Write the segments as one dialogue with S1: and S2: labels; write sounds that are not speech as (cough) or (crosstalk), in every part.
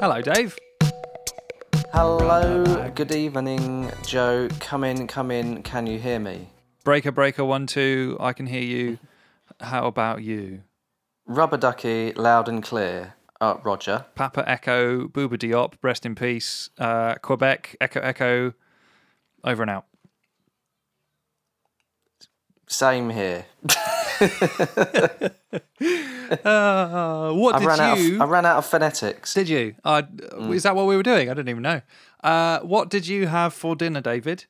S1: Hello, Dave.
S2: Hello, good evening, Joe. Come in, come in. Can you hear me?
S1: Breaker, breaker, one, two. I can hear you. How about you?
S2: Rubber ducky, loud and clear. Uh, Roger.
S1: Papa Echo, Booba Diop, rest in peace. Uh, Quebec, Echo, Echo. Over and out.
S2: Same here.
S1: Uh, what
S2: I
S1: did
S2: ran out.
S1: you?
S2: Of, I ran out of phonetics.
S1: Did you? I,
S2: Mm.
S1: Is that what we were doing? I didn't even know. Uh, what did you have for dinner, David?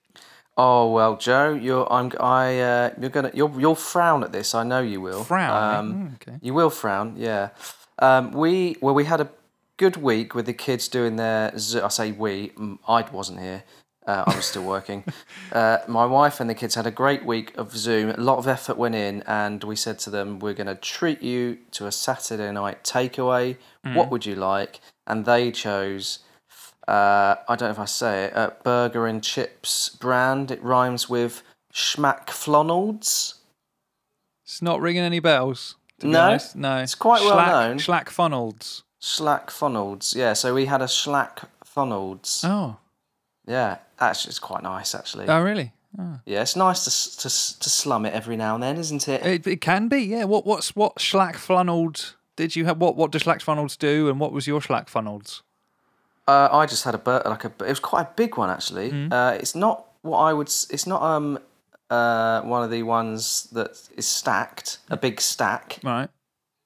S2: Oh well, Joe, you're. I'm. I. Uh, you're gonna. You'll. You'll frown at this. I know you will.
S1: Frown, eh?
S2: Um,
S1: Mm, okay.
S2: You will frown. Yeah. Um, we. Well, we had a good week with the kids doing their. Zoo, I say we. mm, I wasn't here. Uh, I was still working.
S1: (laughs)
S2: uh, my wife and the kids had a great week of Zoom. A lot of effort went in, and we said to them, "We're going to treat you to a Saturday night takeaway.
S1: Mm.
S2: What would you like?" And they chose uh, I don't know if I say it, uh, burger and chips brand. It rhymes with schmack flonalds.
S1: It's not ringing any bells. To be
S2: No?
S1: honest. no.
S2: It's quite well
S1: Schlack-
S2: known.
S1: Schlack funnels.
S2: Slack funnelds. Yeah, so we had a slack funnelds.
S1: Oh,
S2: Yeah, actually, it's quite nice, actually.
S1: oh, really?
S2: yeah, it's nice to, s- to, s- to slum it every now and then, isn't it?
S1: It, it can be, yeah. What what's what Schlack funneled? Did you have what what do Schlack funnels do, and what was your Schlack funneled?
S2: Uh, I just had a bur- like a. It was quite a big one actually. Uh, it's not what I would. s- It's not um uh one of the ones that is stacked. A big stack.
S1: Right.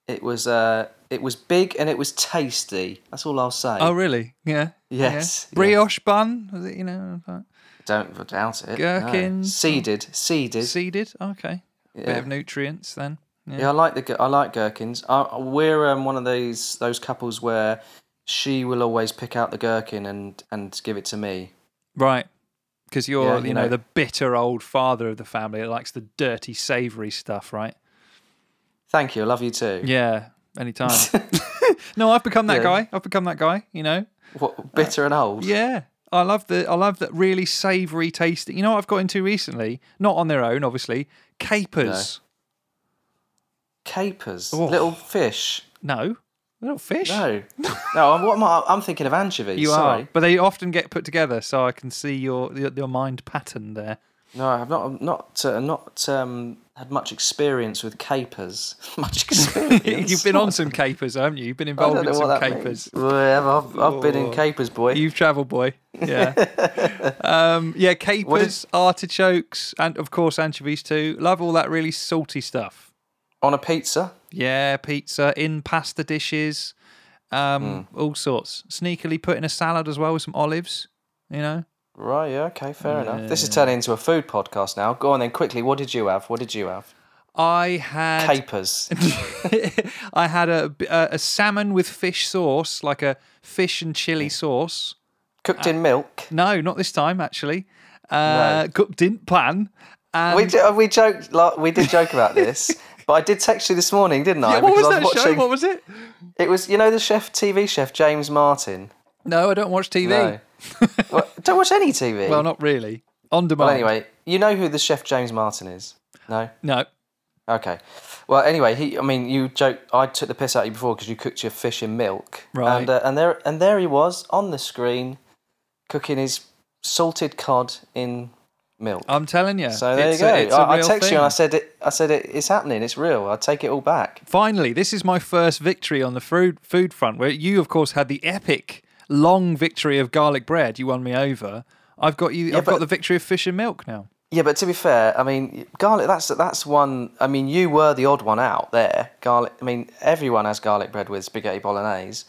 S2: It was uh it was big and it was tasty. That's all I'll say.
S1: Oh, really? Yeah. yeah.
S2: Yes, yeah.
S1: Brioche bun was it? You know, like
S2: Don't doubt it.
S1: Gherkin.
S2: No. Seeded. Seeded.
S1: seeded. Okay. Bit
S2: Yeah.
S1: of nutrients then. Yeah.
S2: yeah, I like the gu- I like gherkins. I, we're um, one of these those couples where she will always pick out the gherkin and and give it to me.
S1: Right. Because you're,
S2: Yeah,
S1: you,
S2: you
S1: know,
S2: know.
S1: the bitter old father of the family that likes the dirty, savoury stuff, right?
S2: Thank you. I love you too.
S1: Yeah. Anytime. (laughs) no, I've become that
S2: Yeah.
S1: guy. I've become that guy. You know.
S2: What, bitter and old.
S1: Yeah. I love the I love that really savoury tasting. You know what I've got into recently? Not on their own, obviously. Capers.
S2: Capers.
S1: Oh.
S2: Little fish.
S1: No. Little fish.
S2: No. no. I'm, what am I, I'm thinking of anchovies.
S1: You
S2: sorry.
S1: are. But they often get put together, so I can see your your, your mind pattern there.
S2: No, I've not I've not uh, not um, had much experience with capers. (laughs)
S1: (laughs)
S2: much experience.
S1: You've been on some capers, haven't you? You've been
S2: I
S1: involved
S2: don't know
S1: in
S2: what
S1: some
S2: that
S1: capers.
S2: means. Well, I've, I've been in
S1: Oh.
S2: capers, boy.
S1: You've travelled, boy. Yeah. um, yeah, capers, artichokes, and of course anchovies too. Love all that really salty stuff.
S2: on a pizza.
S1: Yeah, pizza in pasta dishes, um,
S2: Hmm.
S1: all sorts. Sneakily put in a salad as well with some olives. You know,
S2: Right, yeah, okay, fair enough. This is turning into a food podcast now. Go on then, quickly. What did you have? What did you have?
S1: I had
S2: Capers.
S1: (laughs) I had a, a a salmon with fish sauce, like a fish and
S2: Hmm.
S1: chili sauce.
S2: Cooked in milk.
S1: No, not this time actually. Uh, Cooked didn't plan. And
S2: We, jo- we joked, like, we did joke
S1: (laughs)
S2: about this, but I did text you this morning, didn't I?
S1: Yeah, what
S2: Because
S1: was
S2: I
S1: that
S2: was
S1: show?
S2: watching-
S1: What was it?
S2: It was, you know, the chef, TV chef, James Martin.
S1: No, I don't watch TV.
S2: No. well, don't watch any TV.
S1: (laughs) Well, not really. On demand.
S2: Well, anyway, you know who the chef James Martin is? No?
S1: No.
S2: Okay. Well, anyway, he. I mean, you joke. I took the piss out of you before because you cooked your fish in milk,
S1: Right.
S2: And uh, and there and there he was on the screen, cooking his salted cod in milk.
S1: I'm telling you.
S2: so there
S1: Oh, it's
S2: you
S1: a-
S2: go.
S1: it's a
S2: I, I
S1: real
S2: text
S1: thing.
S2: you and I said it. I said it, it's happening. It's real. I take it all back.
S1: Finally, this is my first victory on the food food front. Where you, of course, had the epic long victory of garlic bread. You won me over. I've got you. I've got
S2: but-
S1: the victory of fish and milk now.
S2: Yeah, but to be fair, I mean, garlic. That's that's one. I mean, you were the odd one out there. Garlic. I mean, everyone has garlic bread with spaghetti bolognese,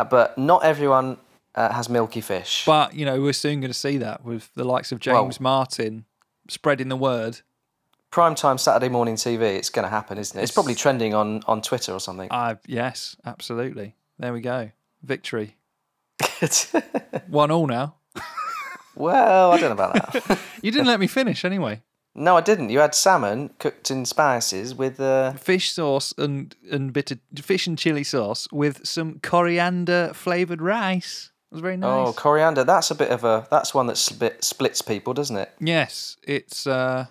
S2: uh, but not everyone uh, has milky fish.
S1: But you know, we're soon going to see that with the likes of James Martin spreading the word.
S2: primetime Saturday morning TV, it's going to happen, isn't it? It's probably trending on, on Twitter or (laughs) something.
S1: I yes, absolutely. There we go. Victory. One all now.
S2: well, I don't know about that.
S1: You didn't let me finish anyway.
S2: no, I didn't. You had salmon cooked in spices with. Uh,
S1: fish sauce and and bitter fish and chili sauce with some coriander flavored rice. It was very nice.
S2: Oh, coriander. That's a bit of a. That's one that split, splits people, doesn't it?
S1: yes, it's uh,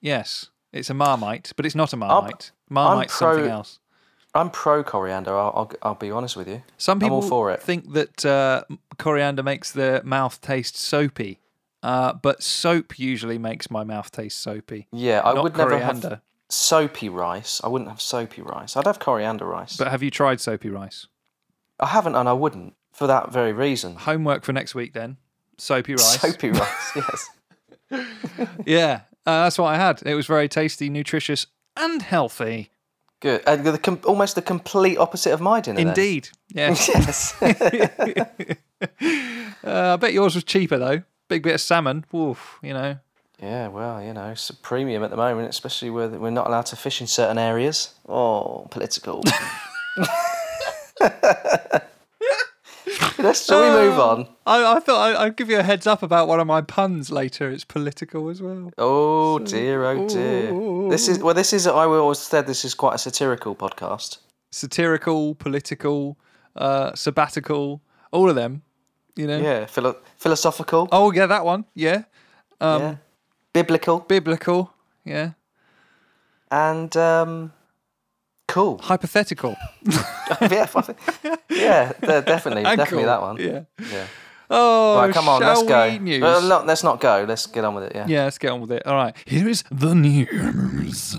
S1: yes, it's a marmite, but it's not a marmite. Marmite's
S2: pro-
S1: something else.
S2: I'm pro coriander. I'll, I'll, I'll be honest with you.
S1: Some
S2: I'm all
S1: people
S2: for it.
S1: think that uh, coriander makes their mouth taste soapy, uh, but soap usually makes my mouth taste soapy.
S2: Yeah, I
S1: not
S2: would never have
S1: coriander.
S2: soapy rice. I wouldn't have soapy rice. I'd have coriander rice.
S1: But have you tried soapy rice?
S2: I haven't, and I wouldn't for that very reason.
S1: Homework for next week then. Soapy rice.
S2: Soapy rice. (laughs) yes.
S1: Yeah, uh, that's what I had. It was very tasty, nutritious, and healthy.
S2: Good. And the com- almost the complete opposite of my dinner. then.
S1: Indeed. Yeah.
S2: (laughs) Yes.
S1: uh, I bet yours was cheaper though. Big bit of salmon. Woof. You know.
S2: yeah. Well, you know, it's a premium at the moment, especially where we're not allowed to fish in certain areas. Oh, political. (laughs) Let's shall we move on?
S1: I, I thought I, I'd give you a heads up about one of my puns later. It's political as well.
S2: Oh dear, oh dear. This is well. This is. I always said this is quite a satirical podcast.
S1: Satirical, political, uh, sabbatical, all of them. You know.
S2: Yeah, philo- philosophical.
S1: Oh yeah, that one. Yeah. Um,
S2: yeah. biblical
S1: Biblical. Yeah.
S2: and um,
S1: (laughs)
S2: cool. (laughs)
S1: Hypothetical.
S2: yeah, I think- yeah, de- definitely,
S1: And
S2: definitely
S1: cool.
S2: that one.
S1: Yeah.
S2: Yeah.
S1: Oh,
S2: Right, come on,
S1: shall
S2: let's
S1: we
S2: go. Uh,
S1: News?
S2: Well, no, let's not go. Let's get on with it. Yeah.
S1: Yeah, let's get on with it. All right, here is the news.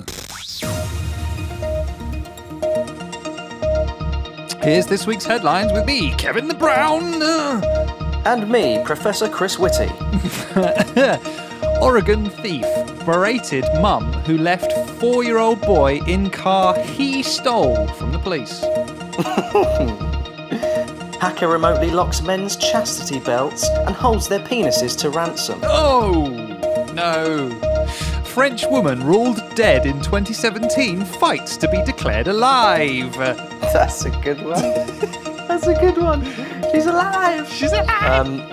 S1: Here's this week's headlines with me, Kevin the Brown. Uh,
S2: And me, Professor Chris Whitty.
S1: Oregon thief berated mum who left four year old boy in car he stole from the police.
S2: Hacker remotely locks men's chastity belts and holds their penises to ransom.
S1: Oh, no. French woman ruled dead in 2017 fights to be declared alive.
S2: (laughs) That's a good one. (laughs) That's a good one. She's alive. She's alive. Um,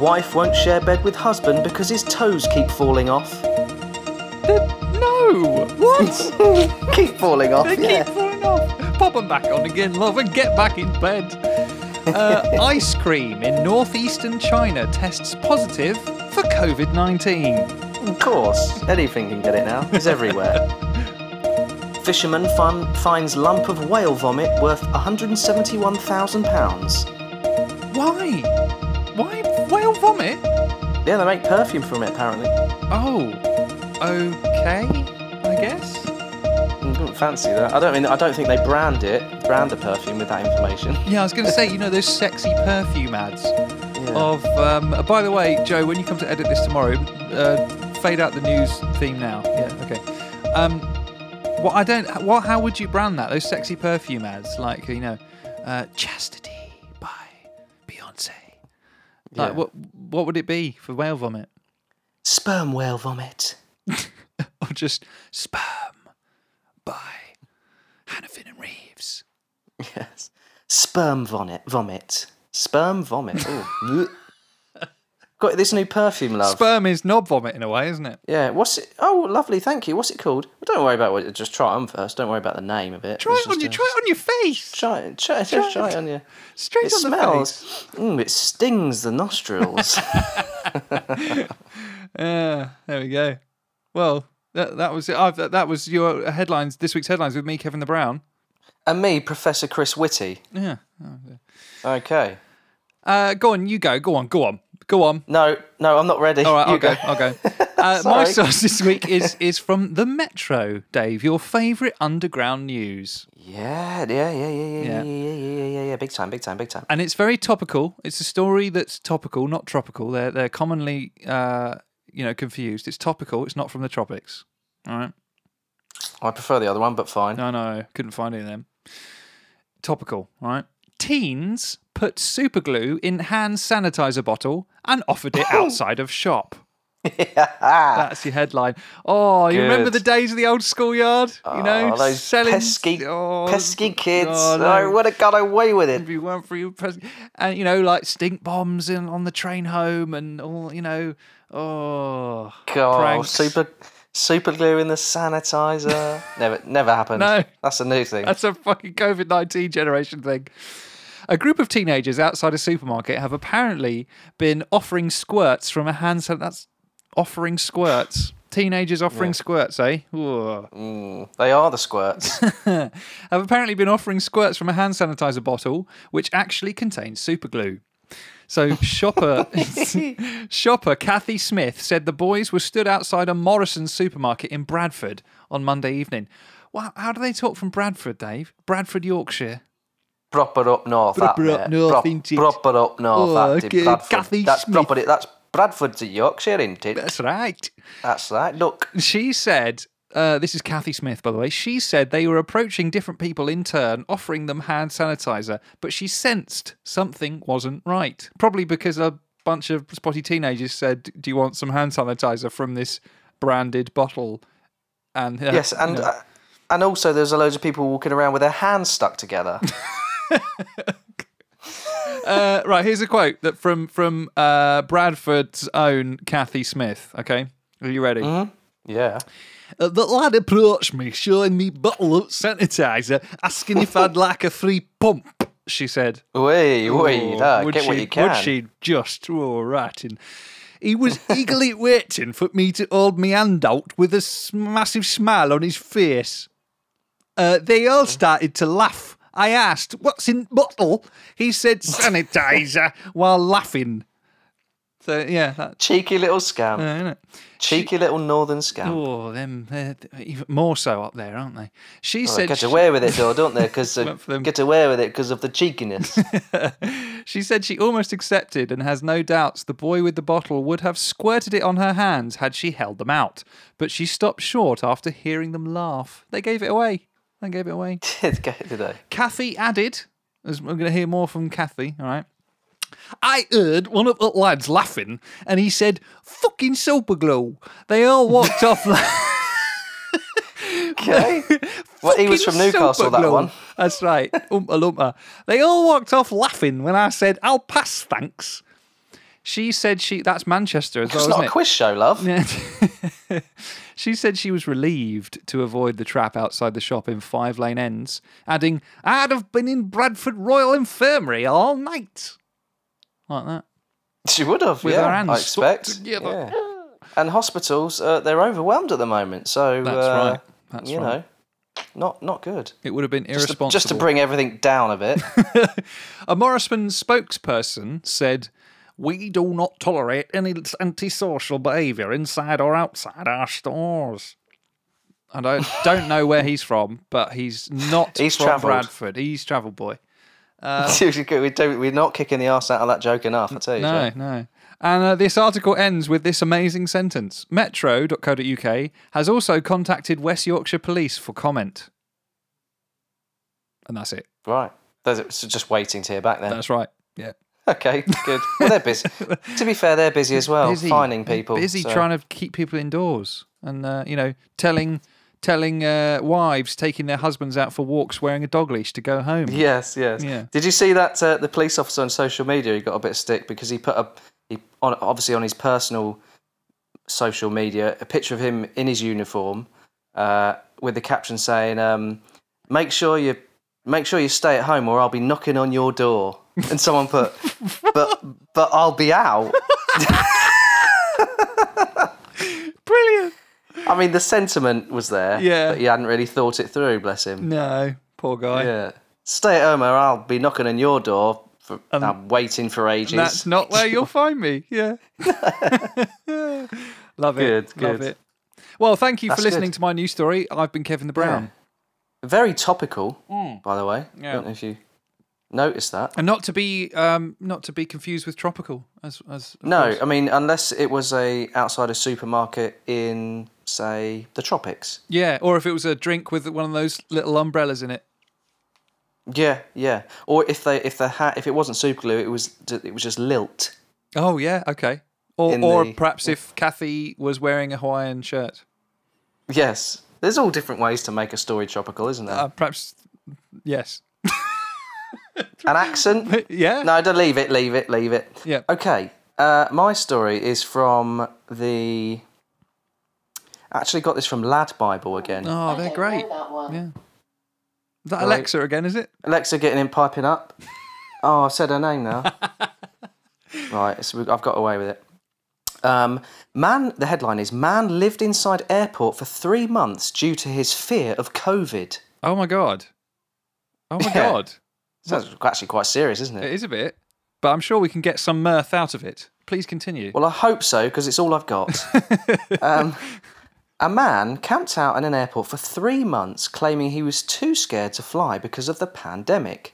S2: wife won't share bed with husband because his toes keep falling off.
S1: No! What?
S2: keep falling off.
S1: They
S2: yeah.
S1: keep falling off. Pop them back on again, love, and get back in bed. Uh, ice cream in northeastern China tests positive for COVID 19.
S2: Of course, anything can get it now. It's (laughs) everywhere. Fisherman fin- finds lump of whale vomit worth 171,000 pounds.
S1: Why? Why whale vomit?
S2: Yeah, they make perfume from it apparently.
S1: Oh, okay, I guess.
S2: I wouldn't fancy that. I don't mean. I don't think they brand it. Brand the perfume with that information.
S1: Yeah, I was going to say, you know, those sexy perfume ads.
S2: Yeah.
S1: Of, um, uh, by the way, Joe, when you come to edit this tomorrow, uh, fade out the news theme now. Yeah, okay. Um, what I don't, what, how would you brand that? Those sexy perfume ads, like you know, uh, "Chastity" by Beyonce. Like,
S2: Yeah.
S1: what, what would it be for whale vomit? (laughs)
S2: Sperm whale vomit.
S1: Or just "Sperm" by Hannafin and Reeves.
S2: (laughs) Yes. Sperm vomit. Vomit. Sperm vomit.
S1: (laughs)
S2: Ooh. Got this new perfume, love.
S1: Sperm is knob vomit in a way, isn't it?
S2: Yeah, what's it? Oh, lovely, thank you. What's it called? Well, don't worry about what. Just try it on first. Don't worry about the name of it.
S1: Try
S2: It's
S1: it on
S2: just
S1: your,
S2: a-
S1: try it on your face,
S2: Try it. Try, it- just try
S1: (laughs)
S2: it on you.
S1: straight
S2: It
S1: on the face.
S2: smells. Mm, it stings
S1: (laughs)
S2: the nostrils.
S1: Yeah, there we go. Well, that, that was it. I've, that, that was your headlines this week's headlines with me, Kevin the Brown.
S2: and me, Professor Chris Whitty.
S1: Yeah.
S2: Okay.
S1: Uh, go on, you go. Go on, go on, go on.
S2: No, no, I'm not ready.
S1: All right,
S2: you
S1: I'll go. I'll
S2: (laughs)
S1: go. Uh, my
S2: Sorry.
S1: source this week
S2: (laughs)
S1: is is from the Metro, Dave. Your favourite underground news,
S2: Yeah, yeah,
S1: Yeah.
S2: yeah, yeah, yeah, yeah, yeah, yeah, yeah, yeah, yeah. Big time, big time, big time.
S1: and it's very topical. It's a story that's topical, not tropical. They're they're commonly uh, you know confused. It's topical. It's not from the tropics. All right.
S2: Oh, I prefer the other one, but (laughs) fine.
S1: No, no, couldn't find any of them. Topical, all right? Teens put superglue in hand sanitizer bottle and offered
S2: (laughs) Oh.
S1: it outside of shop. That's your headline. Oh, you remember
S2: Good.
S1: the days of the old schoolyard? You know,
S2: oh, those
S1: selling
S2: pesky,
S1: oh,
S2: pesky
S1: (laughs)
S2: kids.
S1: oh, no.
S2: I would have got away with it.
S1: Be one for you, pres- and you know, like stink bombs in on the train home, and all you know. Oh,
S2: God,
S1: pranks.
S2: super super glue in
S1: (laughs)
S2: the sanitizer. never never happened.
S1: No.
S2: That's a new thing.
S1: That's a fucking COVID 19 generation thing. A group of teenagers outside a supermarket have apparently been offering squirts from a hand san- That's offering squirts teenagers offering
S2: Yeah.
S1: squirts, eh? Whoa. (laughs)
S2: Mm, they are the squirts.
S1: have apparently been offering squirts from a hand sanitizer bottle, which actually contains super glue. So shopper (laughs) shopper Kathy Smith said the boys were stood outside a Morrison's supermarket in Bradford on Monday evening. Wow, how do they talk from Bradford, Dave? Bradford, Yorkshire.
S2: proper up north.
S1: Proper
S2: that
S1: up
S2: bit.
S1: north,
S2: Prop-
S1: ain't it?
S2: Proper up north.
S1: Oh,
S2: that
S1: okay,
S2: in Bradford.
S1: Kathy
S2: that's
S1: Smith.
S2: proper. That's Bradford's a Yorkshire, isn't it?
S1: That's right.
S2: That's
S1: (laughs)
S2: right. Look,
S1: She said, uh, this is Kathy Smith, by the way. She said they were approaching different people in turn, offering them hand sanitizer, but she sensed something wasn't right. Probably because a bunch of spotty teenagers said, Do you want some hand sanitizer from this branded bottle? And uh,
S2: yes, and
S1: you know,
S2: uh, and also there's a loads of people walking around with their hands stuck together.
S1: uh, right, here's a quote that from from uh, Bradford's own Kathy Smith. Okay, are you
S2: Mm-hmm.
S1: ready?
S2: yeah.
S1: Uh, the lad approached me, showing me bottle of sanitizer, asking if I'd like a free pump. She said,
S2: Wait, wait,
S1: Oh,
S2: uh, get
S1: she,
S2: what you can.
S1: Would she just? Oh, right. And he was
S2: (laughs)
S1: eagerly waiting for me to hold my hand out with a s- massive smile on his face. Uh, they all started to laugh. I asked, What's in bottle? He
S2: (laughs)
S1: said, Sanitizer, while laughing. So, yeah, that,
S2: Cheeky little scam.
S1: uh, innit?
S2: Cheeky little northern scam.
S1: Oh, them, they're they're even more so up there, aren't they? She
S2: They
S1: said,
S2: get away with it though, don't they?
S1: (laughs)
S2: Because
S1: Went for them.
S2: get away with it because of
S1: (laughs)
S2: the cheekiness.
S1: She said she almost accepted and has no doubts the boy with the bottle would have squirted it on her hands had she held them out. But she stopped short after hearing them laugh. They gave it away. They gave it away.
S2: Did
S1: (laughs)
S2: they?
S1: Kathy added, as we're going to hear more from Kathy, all right. I heard one of the lads laughing and he said, fucking super glue. They all walked off. (laughs)
S2: Okay. well, he was from
S1: Fucking
S2: Newcastle.
S1: super
S2: That
S1: glue.
S2: one.
S1: That's right. Oompa loompa. They all walked off laughing when I said, I'll pass, thanks. She said she that's Manchester as
S2: It's
S1: well,
S2: not a
S1: isn't
S2: quiz show, love.
S1: it? (laughs) she said she was relieved to avoid the trap outside the shop in five lane ends, adding, I'd have been in Bradford Royal Infirmary all night. Like that.
S2: (laughs) She would have,
S1: With
S2: yeah,
S1: her hands
S2: I
S1: stuck
S2: expect.
S1: together.
S2: Yeah. And hospitals, uh, they're overwhelmed at the moment. So
S1: That's
S2: uh,
S1: right. That's
S2: you
S1: right.
S2: know, not not good.
S1: It would have been
S2: Just to-
S1: irresponsible.
S2: Just to bring everything down a bit.
S1: A Morrisman spokesperson said, We do not tolerate any antisocial behaviour inside or outside our stores. And I don't know where he's from, but he's not
S2: He's
S1: from
S2: travelled.
S1: Bradford. He's travel boy. Uh,
S2: (laughs) we don't, we're not kicking the arse out of that joke enough. I tell you.
S1: No,
S2: Joe.
S1: no. And uh, this article ends with this amazing sentence Metro.co.uk has also contacted West Yorkshire Police for comment. And that's it.
S2: Right. Those are- So just waiting to hear back then.
S1: That's right. Yeah.
S2: Okay, good. Well, they're busy. to be fair, they're busy as well,
S1: busy
S2: finding people.
S1: busy
S2: so-
S1: trying to keep people indoors and uh, you know telling telling uh, wives taking their husbands out for walks wearing a dog leash to go home
S2: Yes, yes.
S1: Yeah.
S2: Did you see that uh, the police officer on social media? He got a bit of stick because he put up, he on, obviously on his personal social media, a picture of him in his uniform uh, with the caption saying, um, "Make sure you." Make sure you stay at home, or I'll be knocking on your door. And
S1: (laughs)
S2: someone put, "But, but I'll be out."
S1: brilliant
S2: I mean, the sentiment was there.
S1: Yeah.
S2: But he hadn't really thought it through. Bless him.
S1: no poor guy
S2: Yeah. Stay at home, or I'll be knocking on your door. For, I'm waiting for ages.
S1: Um, that's not where
S2: (laughs)
S1: you'll find me yeah (laughs) love it
S2: Good,
S1: love
S2: good.
S1: it well thank you
S2: That's
S1: for listening
S2: good.
S1: to my news story i've been kevin the brown
S2: Very topical, by the way.
S1: Hmm. Yeah.
S2: Don't know if you noticed that.
S1: and not to be um not to be confused with tropical as as of
S2: No,
S1: course.
S2: I mean unless it was a outside a supermarket in say the tropics.
S1: yeah or if it was a drink with one of those little umbrellas in it
S2: Yeah, yeah. Or if they if the hat if it wasn't super glue, it was ju- it was just lilt.
S1: Oh yeah, okay. Or
S2: In
S1: or
S2: the-
S1: perhaps if Kathy was wearing a Hawaiian shirt,
S2: Yes. There's all different ways to make a story tropical, isn't there?
S1: uh, perhaps yes,
S2: An
S1: (laughs)
S2: accent?
S1: yeah.
S2: no, don't leave it, leave it, leave it.
S1: Yeah.
S2: Okay. Uh, my story is from the actually got this from Lad Bible again.
S1: Oh, they're great.
S3: know that one.
S1: Yeah. Is that Alexa again? Is it?
S2: Alexa getting him piping up.
S1: (laughs)
S2: Oh, I've said her name now. right, so we- I've got away with it. Um, man, the headline is Man lived inside airport for three months due to his fear of COVID.
S1: Oh my god. Oh my
S2: Yeah.
S1: god.
S2: That's actually quite serious, isn't
S1: It
S2: it?
S1: is a bit, but I'm sure we can get some mirth out of it. Please continue.
S2: Well, I hope so because it's all I've got. um, a man camped out in an airport for three months, claiming he was too scared to fly because of the pandemic.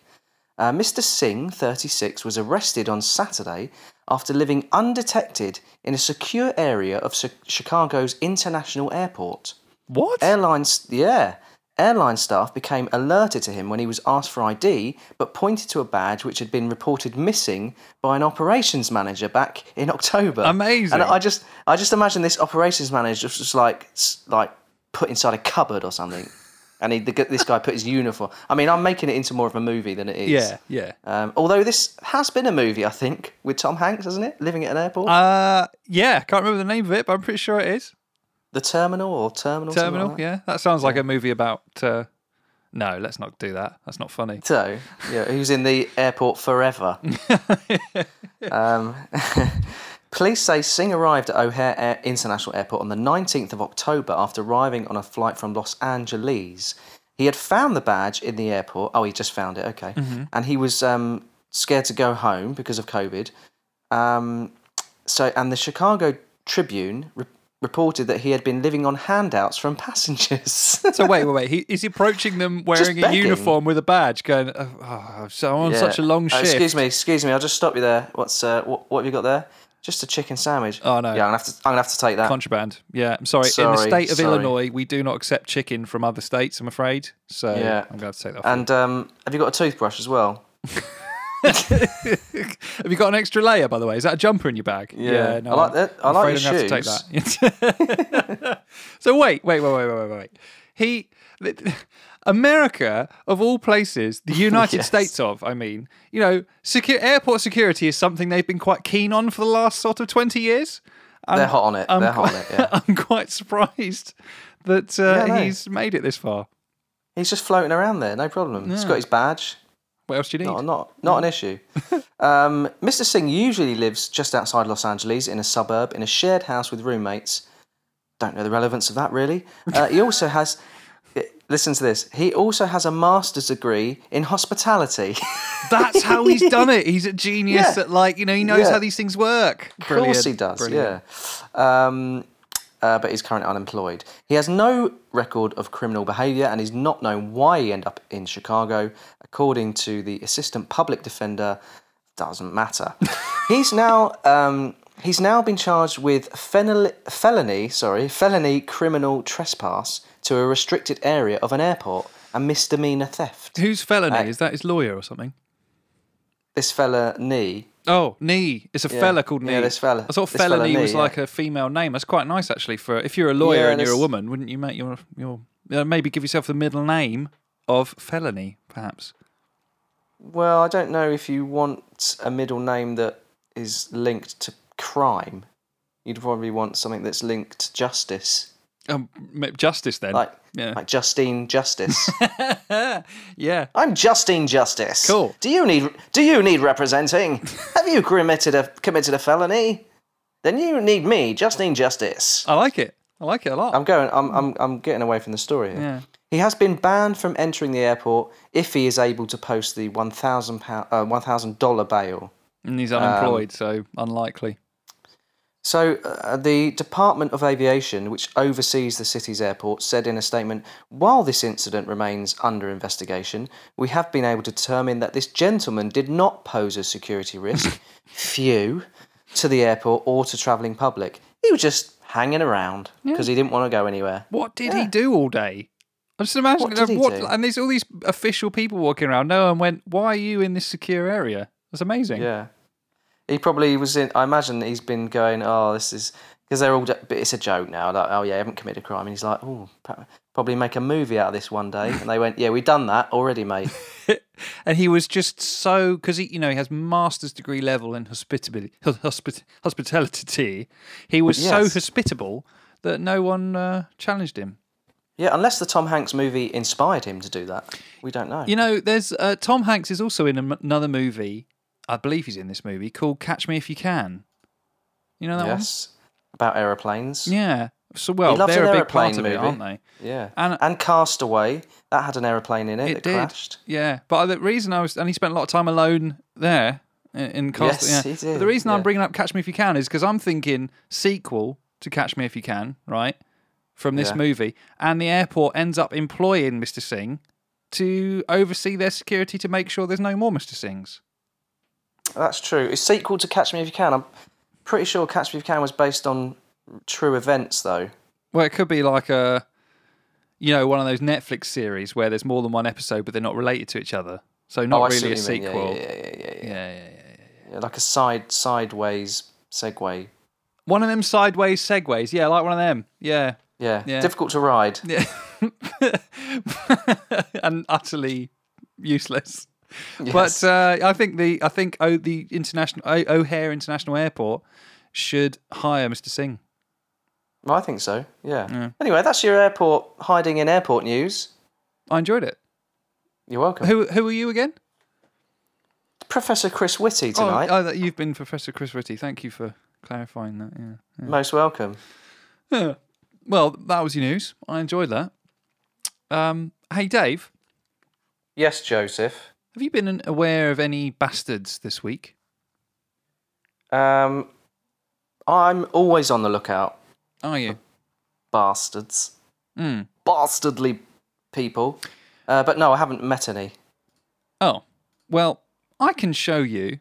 S2: Uh, Mr. Singh, 36, was arrested on Saturday after living undetected in a secure area of Chi- Chicago's international airport.
S1: what?
S2: Airlines, yeah. Airline staff became alerted to him when he was asked for ID, but pointed to a badge which had been reported missing by an operations manager back in October.
S1: Amazing.
S2: And I just, I just imagine this operations manager was just like, s- like put inside a cupboard or something, and he, the, g- this guy put his uniform. I mean, I'm making it into more of a movie than it is.
S1: yeah, yeah.
S2: Um, although this has been a movie, I think, with Tom Hanks, hasn't it? Living at an airport,
S1: Uh, yeah, can't remember the name of it, but I'm pretty sure it is.
S2: the terminal or terminal. something
S1: Terminal,
S2: like that.
S1: yeah. That sounds like a movie about. Uh, no, let's not do that. That's not funny.
S2: So, yeah, who's in the airport forever? um, (laughs) police say Singh arrived at O'Hare Air- International Airport on the 19th of October after arriving on a flight from Los Angeles. He had found the badge in the airport. Oh, he just found it. Okay, and he was um, scared to go home because of COVID. Um, so, and the Chicago Tribune re- reported that he had been living on handouts from passengers. (laughs)
S1: So wait, wait, wait. He, is he approaching them wearing a
S2: begging.
S1: uniform with a badge, going, oh, oh, "So I'm on such a
S2: Yeah.
S1: long
S2: Oh,
S1: shift."
S2: excuse me, excuse me. I'll just stop you there. What's uh, what, what have you got there? Just a chicken sandwich.
S1: Oh, no.
S2: Yeah, I'm gonna have to. I'm gonna have to take that.
S1: Contraband. Yeah, I'm sorry. In the
S2: Sorry,
S1: state of
S2: sorry.
S1: Illinois, we do not accept chicken from other states. I'm afraid. So
S2: Yeah.
S1: I'm going to take that. Off.
S2: and um, have you got a toothbrush as well?
S1: Have you got an extra layer, by the way? Is that a jumper in your bag?
S2: Yeah. I like that- I
S1: I'm
S2: like
S1: afraid
S2: your
S1: I'm gonna have to take that. (laughs) so wait, wait, wait, wait, wait, wait, wait. He, (laughs) America of all places,
S2: (laughs)
S1: the United
S2: Yes.
S1: States of, I mean, you know, secu- airport security is something they've been quite keen on for the last sort of twenty years. I'm,
S2: They're hot on
S1: um,
S2: it. They're hot on it.
S1: (laughs)
S2: Yeah.
S1: I'm quite surprised that
S2: Yeah,
S1: uh,
S2: I know.
S1: he's made it this far.
S2: He's just floating around there. No problem. He's got his badge.
S1: What else do you need?
S2: Not not not
S1: (laughs)
S2: an issue. um, Mr. Singh usually lives just outside Los Angeles in a suburb in a shared house with roommates. Don't know the relevance of that really. Uh, he also has. (laughs) Listen to this. He also has a master's degree in hospitality.
S1: That's how he's done it. He's
S2: (laughs)
S1: a genius
S2: Yeah.
S1: at like you know he knows
S2: Yeah.
S1: how these things work.
S2: Of course he does. Yeah. Um, uh, but he's currently unemployed. He has no record of criminal behaviour and is not known why he ended up in Chicago, according to the assistant public defender. Doesn't matter. he's now um, he's now been charged with fenel- felony sorry felony criminal trespass to a restricted area of an airport and misdemeanor theft.
S1: Who's felony?
S2: Uh,
S1: Is that his lawyer or something?
S2: This fella Nee
S1: Oh, Nee. It's a fella called Nee.
S2: Yeah, this fella-
S1: I thought
S2: this fella
S1: felony
S2: Nee,
S1: was
S2: yeah.
S1: like a female name. That's quite nice actually. For if you're a lawyer
S2: Yeah,
S1: and you're a
S2: this-
S1: woman, wouldn't you make your your uh, maybe give yourself the middle name of felony perhaps?
S2: Well, I don't know if you want a middle name that is linked to crime. You'd probably want something that's linked to justice,
S1: Um, m- justice then.
S2: like
S1: yeah.
S2: like Justine Justice.
S1: (laughs) yeah.
S2: I'm Justine Justice.
S1: Cool.
S2: Do you need Do you need representing? Have you committed a committed a felony? Then you need me, Justine Justice.
S1: I like it. I like it a lot.
S2: I'm going. I'm I'm I'm getting away from the story here.
S1: Yeah.
S2: He has been banned from entering the airport if he is able to post the one thousand pound uh, one thousand dollar bail.
S1: and he's unemployed, so unlikely.
S2: So, uh, the Department of Aviation, which oversees the city's airport, said in a statement While this incident remains under investigation, we have been able to determine that this gentleman did not pose a security risk, phew, to the airport or to travelling public. He was just hanging around because he didn't want to go anywhere.
S1: What did he do all day? I'm just imagining.
S2: What did he
S1: what-
S2: do?
S1: And there's all these official people walking around. No one went, why are you in this secure area? That's amazing.
S2: Yeah. He probably was in, I imagine he's been going, oh, this is, because they're all, but it's a joke now. Like, oh, yeah, I haven't committed a crime. And he's like, oh, pro- probably make a movie out of this one day. And they went, yeah, we've done that already, mate.
S1: And he was just so, because he, you know, he has master's degree level in hospitability, hospit, hospitality. He was so
S2: Yes.
S1: hospitable that no one uh, challenged him.
S2: yeah, unless the Tom Hanks movie inspired him to do that. We don't know.
S1: You know, there's uh, Tom Hanks is also in am- another movie. I believe he's in this movie called Catch Me If You Can. You know that one?
S2: yes. about aeroplanes.
S1: Yeah. So well,
S2: He loves
S1: they're
S2: an
S1: a big part
S2: aeroplane
S1: of it,
S2: movie.
S1: aren't they?
S2: Yeah.
S1: And-
S2: And, Castaway, that had an aeroplane in it.
S1: It
S2: that
S1: did.
S2: crashed.
S1: Yeah, but the reason I was and he spent a lot of time alone there in, in Costa.
S2: Yes,
S1: yeah.
S2: he did,
S1: But the reason I'm
S2: yeah.
S1: bringing up Catch Me If You Can is because I'm thinking sequel to Catch Me If You Can, right? From this
S2: Yeah.
S1: movie, and the airport ends up employing Mr. Singh to oversee their security to make sure there's no more Mr. Singhs.
S2: That's true. It's sequel to Catch Me If You Can. I'm pretty sure Catch Me If You Can was based on true events, though.
S1: Well, it could be like a, you know, one of those Netflix series where there's more than one episode, but they're not related to each other. So not
S2: oh, I see
S1: really a
S2: what you mean. Yeah,
S1: sequel.
S2: Yeah, yeah, yeah, yeah,
S1: yeah, yeah. yeah.
S2: yeah. Like a side sideways segue.
S1: One of them sideways segues. Yeah, like one of them. Yeah.
S2: Yeah.
S1: Yeah.
S2: Difficult to ride.
S1: Yeah. (laughs) and utterly useless.
S2: Yes.
S1: But uh, I think the I think oh, the international O- O'Hare International Airport should hire Mr. Singh.
S2: Well, I think so. Yeah. Anyway, that's your airport hiding in airport news.
S1: I enjoyed it.
S2: You're
S1: (laughs)
S2: welcome.
S1: Who who are you again?
S2: Professor Chris Whitty
S1: Oh,
S2: tonight.
S1: oh, that you've been Professor Chris Whitty. Thank you for clarifying that. Yeah.
S2: Most welcome.
S1: Yeah. (laughs) Well, that was your news. I enjoyed that. Um, hey Dave,
S2: Yes, Joseph.
S1: have you been aware of any bastards this week?
S2: Um, I'm always on the lookout,
S1: Are you?
S2: bastards,
S1: Mm.
S2: bastardly people. Uh, but no, I haven't met any.
S1: Oh, well, I can show you,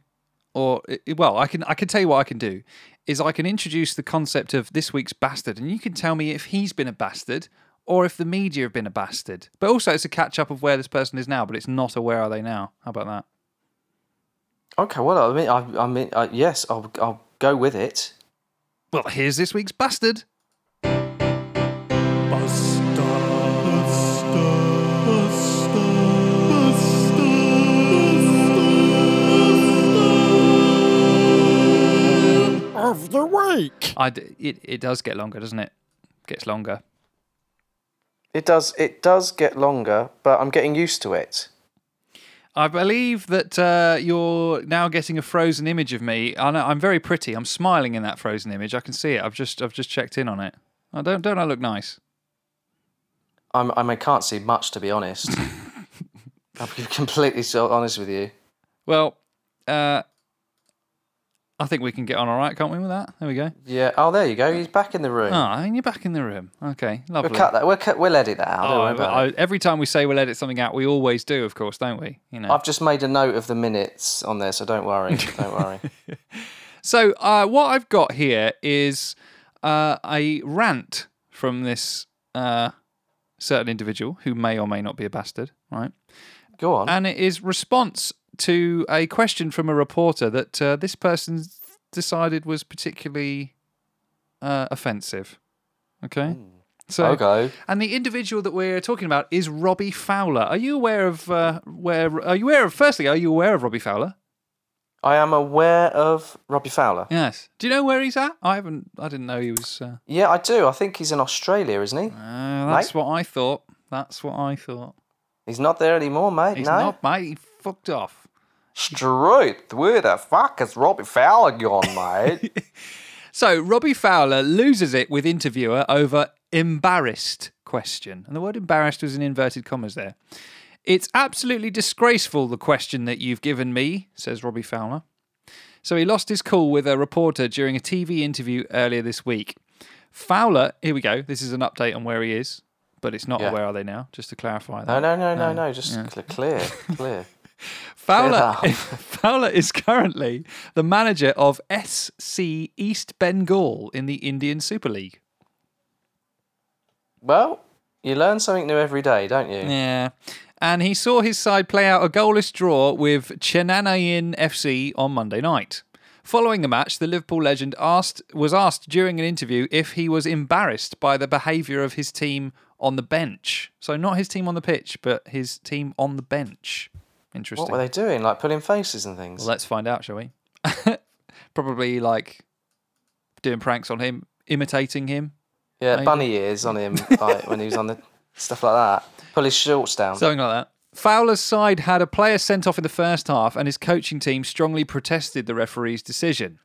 S1: or i- i- well, I can I can tell you what I can do is I can introduce the concept of this week's bastard, and you can tell me if he's been a bastard or if the media have been a bastard. But also, it's a catch up of where this person is now, but it's not a where are they now? How about that?
S2: Okay, well, I mean, I, I mean, uh, yes, I'll, I'll go with it.
S1: Well, here's this week's bastard.
S3: of the week.
S1: I d- it it does get longer, doesn't it? Gets longer.
S2: It does, it does get longer, but I'm getting used to it.
S1: I believe that uh, you're now getting a frozen image of me. I know, I'm very pretty. I'm smiling in that frozen image. I can see it. I've just I've just checked in on it. I don't don't I look nice?
S2: I'm, I mean, can't see much to be honest.
S1: (laughs)
S2: I'll be completely so honest with you.
S1: Well, uh, I think we can get on all right, can't we? With that, there we go.
S2: Yeah. Oh, there you go. He's back in the room.
S1: Ah, and you're back in the room. Okay, lovely.
S2: We'll cut that. We'll, cut, we'll edit that out.
S1: Oh,
S2: don't worry about
S1: I-
S2: it.
S1: every time we say we'll edit something out, we always do, of course, don't we? You know.
S2: I've just made a note of the minutes on there, so
S1: (laughs)
S2: don't worry. Don't worry.
S1: So uh, what I've got here is uh, a rant from this uh, certain individual who may or may not be a bastard, right?
S2: Go on.
S1: And it is response to a question from a reporter that uh, this person decided was particularly uh, offensive. Okay. So,
S2: okay.
S1: and the individual that we're talking about is Robbie Fowler. Are you aware of uh, where? Are you aware of? Firstly, are you aware of Robbie Fowler?
S2: I am aware of Robbie Fowler.
S1: Yes. Do you know where he's at? I haven't. I didn't know he was. Uh,
S2: Yeah, I do. I think he's in Australia, isn't he?
S1: Uh, that's what I thought. That's what I thought.
S2: He's not there anymore, mate.
S1: He's
S2: no.
S1: not, mate. He fucked off.
S2: Straight. Where the fuck has Robbie Fowler gone,
S1: (laughs)
S2: mate?
S1: So Robbie Fowler loses it with interviewer over embarrassed question, and the word embarrassed was in inverted commas there. It's absolutely disgraceful the question that you've given me, says Robbie Fowler. So he lost his cool with a reporter during a TV interview earlier this week. Fowler, here we go. This is an update on where he is, but it's not
S2: Yeah.
S1: where are they now, just to clarify that.
S2: no, no, no,
S1: Uh,
S2: no, no. Just cl- clear, clear.
S1: Fowler, (laughs)
S2: Clear
S1: Fowler is currently the manager of SC East Bengal in the Indian Super League.
S2: Well, you learn something new every day, don't you?
S1: Yeah. And he saw his side play out a goalless draw with Chennaiyin FC on Monday night. Following the match, the Liverpool legend asked was asked during an interview if he was embarrassed by the behaviour of his team on the bench. So not his team on the pitch, but his team on the bench. Interesting.
S2: What were they doing? Like pulling faces and things.
S1: Well, let's find out, shall we? (laughs) Probably like doing pranks on him, imitating him,
S2: yeah, bunny ears on him like, when he was
S1: (laughs)
S2: on the stuff like that. Pull his shorts down.
S1: something like that. Fowler's side had a player sent off in the first half, and his coaching team strongly protested the referee's decision.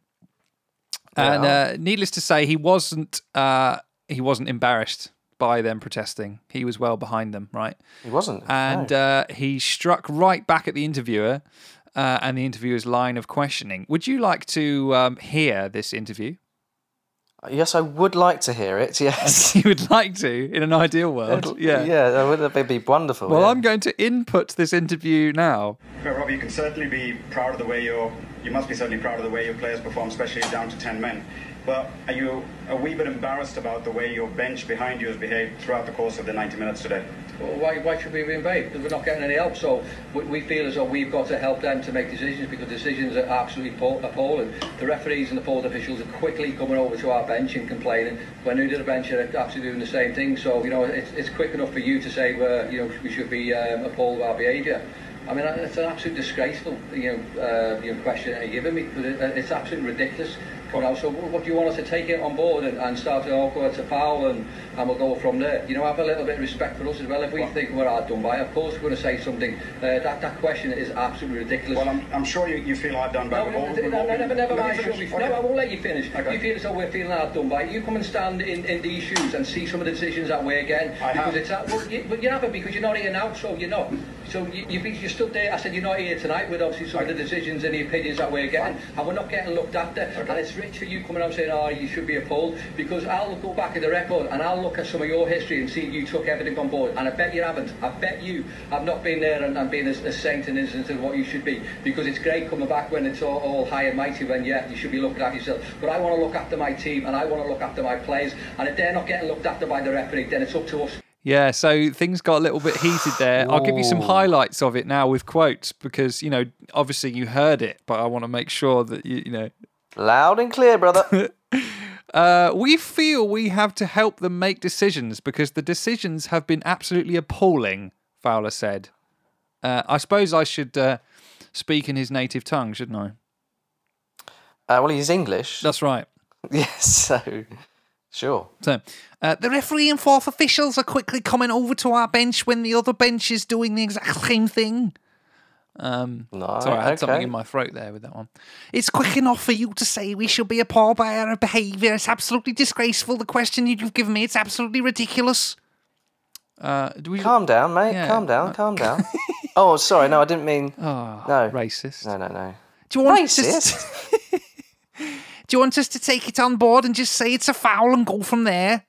S1: And
S2: Yeah.
S1: uh, needless to say, he wasn't uh, he wasn't embarrassed by them protesting. He was well behind them, right?
S2: He wasn't.
S1: And uh, he struck right back at the interviewer uh, and the interviewer's line of questioning. Would you like to um, hear this interview?
S2: yes, I would like to hear it. (laughs)
S1: (laughs)
S2: Yes.
S1: you would like to, in an ideal world, yeah.
S2: Yeah, that would that'd be wonderful.
S1: Well,
S2: yeah.
S1: I'm going to input this interview now.
S4: Well, Rob, you can certainly be proud of the way your you must be certainly proud of the way your players perform, especially down to ten men. But are you a wee bit embarrassed about the way your bench behind you has behaved throughout the course of the 90 minutes today?
S5: Well, why, why should we be involved? We're not getting any help, so we, we feel as though we've got to help them to make decisions because decisions are absolutely po- appalling. The referees and the poll officials are quickly coming over to our bench and complaining. When new to the bench are absolutely doing the same thing, so you know it's, it's quick enough for you to say well, you know we should be um, appalled by our behaviour. I mean it's an absolute disgraceful you know uh, you know, question that you're giving me. But it, it's absolutely ridiculous. Come out. So what do you want us to take it on board and, and start to all go to foul and, and we'll go from there? You know, have a little bit of respect for us as well. If we think we're hard done by, of course we're going to say something. Uh, that, that question is absolutely ridiculous.
S4: Well, I'm, I'm sure you, you feel I've done
S5: No,
S4: better.
S5: no, no, no, no, never, never mind. Sylvie. No, I
S4: Okay.
S5: won't let you finish.
S4: Okay.
S5: You feel as though we're feeling hard done by. You come and stand in, in these shoes and see some of the decisions that we're getting.
S4: I
S5: because
S4: have.
S5: it's that, well, you, but you haven't because you're not here now, so you're not. So you, you, you stood there. I said you're not here tonight with obviously some of the decisions and the opinions that we're getting, and we're not getting looked after. And it's rich for you coming out saying, "Oh, you should be appalled," because I'll go back at the record and I'll look at some of your history and see you took everything on board, and I bet you haven't. I bet you have not been there and, and been a, a saint and instance of what you should be, because it's great coming back when it's all, all high and mighty when yeah, you should be looking after yourself. But I want to look after my team and I want to look after my players, and if they're not getting looked after by the referee, then it's up to us.
S1: Yeah, so things got a little bit heated there. I'll give you some highlights of it now with quotes because, you know, obviously you heard it, but I want to make sure that, you, you know,
S2: Loud and clear,
S1: (laughs)
S2: brother.
S1: Uh, we feel we have to help them make decisions because the decisions have been absolutely appalling, Fowler said. Uh, I suppose I should uh, speak in his native tongue, shouldn't I?
S2: Uh, well, he's English.
S1: That's right.
S2: (laughs) Yes, so sure.
S1: So, uh, the referee and fourth officials are quickly coming over to our bench when the other bench is doing the exact same thing.
S2: No,
S1: Sorry, I had
S2: okay.
S1: something in my throat there with that one. It's quick enough for you to say we should be appalled by our behaviour. It's absolutely disgraceful. The question you've given me, it's absolutely ridiculous. Uh, do we
S2: Calm down, mate.
S1: Yeah. Uh,
S2: Calm down.
S1: (laughs)
S2: Calm down. oh, sorry. No, I didn't mean. no.
S1: Oh, racist?
S2: No, no, no.
S1: Do you want us
S2: Racist?
S1: do you want us to take it on board and just say it's a foul and go from there?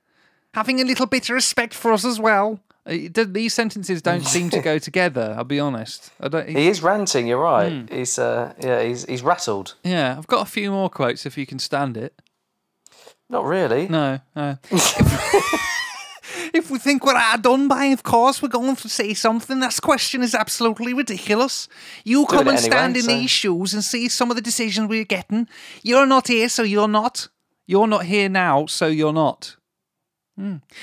S1: Having a little bit of respect for us as well. Uh, it don't- These sentences don't seem to go together. I'll be honest. I don't.
S2: He is ranting. You're right. He's uh, yeah, he's he's rattled.
S1: Hmm. Yeah, I've got a few more quotes if you can stand it.
S2: Not really.
S1: No, no. (laughs) if we think we're hard done by, of course we're going to say something. This question is absolutely ridiculous. You come
S2: it
S1: and
S2: anyway,
S1: stand in
S2: so-
S1: these shoes and see some of the decisions we're getting. You're not here, so you're not. You're not here now, so you're not.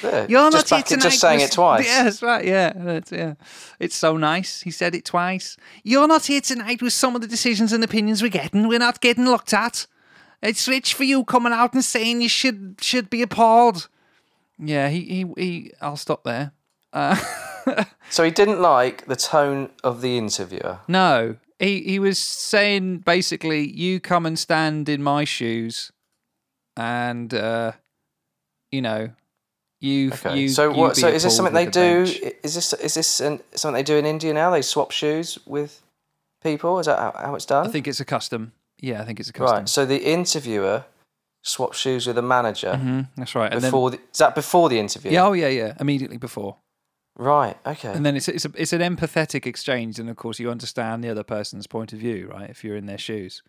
S2: Yeah,
S1: You're
S2: just
S1: not
S2: back
S1: here
S2: it-
S1: tonight.
S2: Just saying
S1: Mr. (laughs)
S2: it twice.
S1: Yeah, that's right. Yeah, that's, yeah. It's so nice. He said it twice. You're not here tonight with some of the decisions and opinions we're getting. We're not getting looked at. It's rich for you coming out and saying you should should be appalled. Yeah, he he. he I'll stop there. Uh,
S2: So he didn't like the tone of the interviewer.
S1: (laughs) No, he he was saying basically, you come and stand in my shoes, and uh, you know, you
S2: Okay.
S1: you.
S2: so
S1: you
S2: what?
S1: be
S2: So is this
S1: appalled
S2: something they
S1: with
S2: do?
S1: the bench.
S2: i- Is this is this an, something they do in India now? They swap shoes with people. Is that how, how it's done?
S1: I think it's a custom. Yeah, I think it's a custom.
S2: right. So the interviewer swaps shoes with the manager
S1: Mm, that's right. And
S2: before. the, is that before the interview?
S1: then, yeah, oh yeah, yeah, immediately before.
S2: Right. Okay.
S1: And then it's it's a, it's an empathetic exchange, and of course you understand the other person's point of view, right? If you're in their shoes.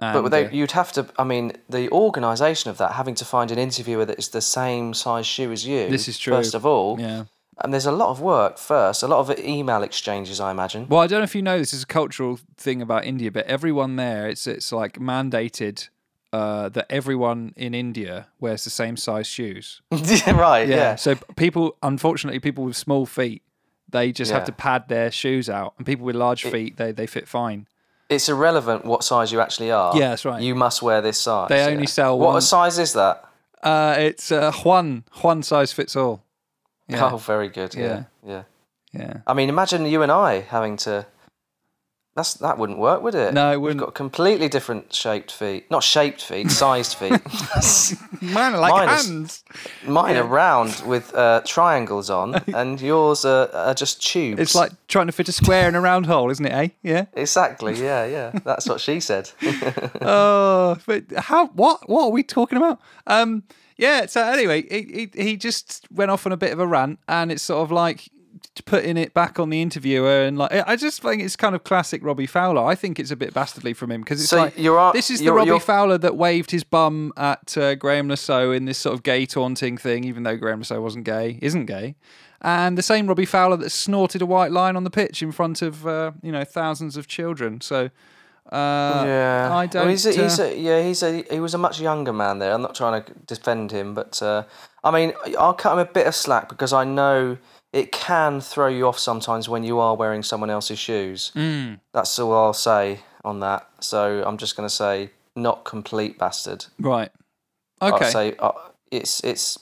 S2: But
S1: And,
S2: they,
S1: uh,
S2: you'd have to. I mean, the organisation of that, having to find an interviewer that is the same size shoe as you.
S1: This is true.
S2: First of all,
S1: yeah.
S2: and there's a lot of work first. A lot of email exchanges, I imagine. (laughs)
S1: Well, I don't know if you know this is a cultural thing about India, but everyone there it's it's like mandated uh, that everyone in India wears the same size shoes.
S2: Yeah, right. Yeah.
S1: So people, unfortunately, people with small feet, they just have
S2: Yeah.
S1: to pad their shoes out, and people with large feet, they they fit fine.
S2: It's irrelevant what size you actually are.
S1: Yeah, that's right.
S2: You must wear this size.
S1: They only sell
S2: What
S1: one-
S2: size is that?
S1: Uh, it's uh, Juan Juan size fits all.
S2: Oh, very good. Yeah.
S1: Yeah.
S2: yeah.
S1: Yeah.
S2: I mean, imagine you and I having to That's that wouldn't work, would it?
S1: No, it
S2: We've
S1: wouldn't.
S2: got completely different shaped feet. Not shaped feet, (laughs) sized
S1: (laughs)
S2: feet.
S1: Man, like
S2: Mine is-
S1: hands.
S2: Mine are round with uh, triangles
S1: (laughs)
S2: on, and yours are, are just tubes.
S1: It's like trying to fit a square in a round hole, isn't it? Eh? Yeah.
S2: exactly, yeah, yeah. That's what she said.
S1: Oh, but how? What? What are we talking about? Um, yeah. So anyway, he, he he just went off on a bit of a rant, and it's sort of like putting it back on the interviewer, and like I I just think it's kind of classic Robbie Fowler. I think it's a bit bastardly from him because it's
S2: So
S1: like
S2: you're ar-
S1: this is the
S2: you're-
S1: Robbie
S2: you're-
S1: Fowler that waved his bum at uh, Graham Lasso in this sort of gay taunting thing, even though Graham Lasso wasn't gay, isn't gay. And the same Robbie Fowler that snorted a white line on the pitch in front of uh, you know thousands of children. So uh,
S2: yeah,
S1: I don't.
S2: Well, he's a, he's
S1: uh,
S2: a, yeah, he's a, he was a much younger man there. I'm not trying to defend him, but uh, I mean, I'll cut him a bit of slack because I know it can throw you off sometimes when you are wearing someone else's shoes.
S1: Mm.
S2: That's all I'll say on that. So I'm just going to say, not complete bastard.
S1: Right. Okay.
S2: I'd say uh, it's it's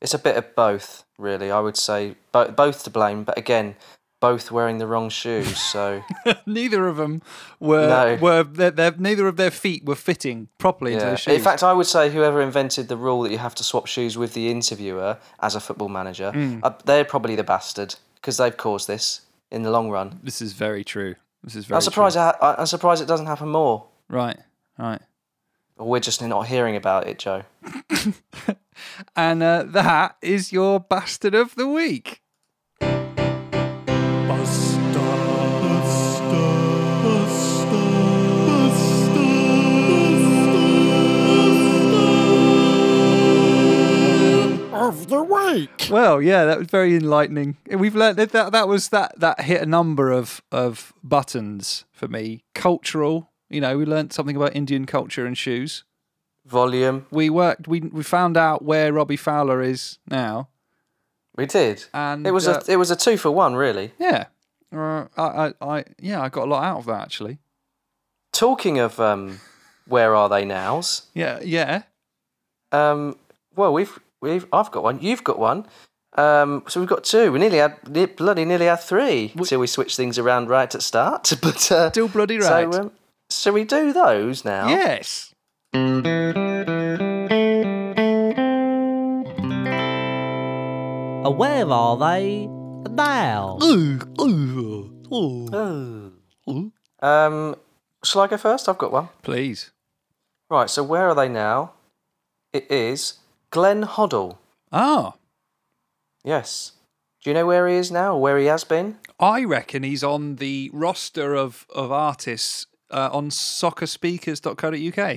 S2: it's a bit of both, really. I would say bo- both to blame, but again, both wearing the wrong shoes.
S1: (laughs)
S2: So
S1: neither of them were
S2: No.
S1: were their, their, neither of their feet were fitting properly into
S2: yeah.
S1: the shoes.
S2: in fact, I would say whoever invented the rule that you have to swap shoes with the interviewer as a football manager,
S1: Hmm.
S2: uh, they're probably the bastard because they've caused this in the long run.
S1: this is very true. This is very.
S2: I'm surprised. It ha- I'm surprised it doesn't happen more.
S1: True. Right. Right.
S2: Or We're just not hearing about it, Joe.
S1: And uh, that is your bastard of the week.
S3: of the week.
S1: Well, yeah, that was very enlightening. We've learned that that, that was that that hit a number of of buttons for me. Cultural. You know, we learnt something about Indian culture and shoes.
S2: Volume.
S1: We worked. We we found out where Robbie Fowler is now.
S2: We did.
S1: And,
S2: it was
S1: uh,
S2: a it was a two for one, really.
S1: Yeah. Uh, I, I, I, yeah, I got a lot out of that actually.
S2: Talking of um, where are they nows?
S1: Yeah, yeah.
S2: Um, well, we've we've I've got one. You've got one. Um, so we've got two. We nearly had ne- bloody nearly had three until we switched things around right at start. (laughs) But uh,
S1: Still bloody right.
S2: So, um, so we do those now.
S1: Yes.
S6: Uh, Where are they now?
S2: Oh. Um, shall I go first? I've got one.
S1: Please.
S2: Right. So where are they now? It is Glenn Hoddle.
S1: Ah,
S2: Yes. Do you know where he is now or where he has been?
S1: I reckon he's on the roster of of artists uh, on soccerspeakers.co.uk.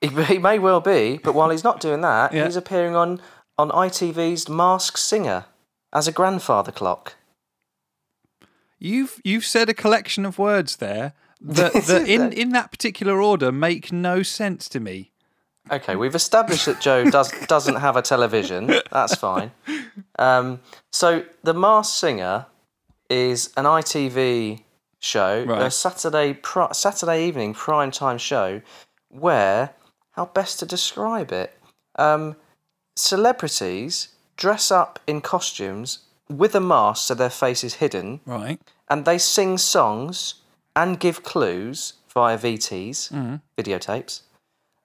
S2: He, (laughs) he may well be, but while he's not doing that,
S1: Yeah.
S2: he's appearing on on ITV's Masked Singer as a grandfather clock.
S1: You've you've said a collection of words there that, (laughs) that in in that particular order make no sense to me.
S2: Okay, we've established that Joe does doesn't have a television. That's fine. Um, so the Mars Singer is an ITV show, a
S1: Right.
S2: Saturday pri- Saturday evening prime time show, where how best to describe it? Um, celebrities dress up in costumes with a mask so their face is hidden,
S1: Right.
S2: and they sing songs and give clues via VTs, videotapes.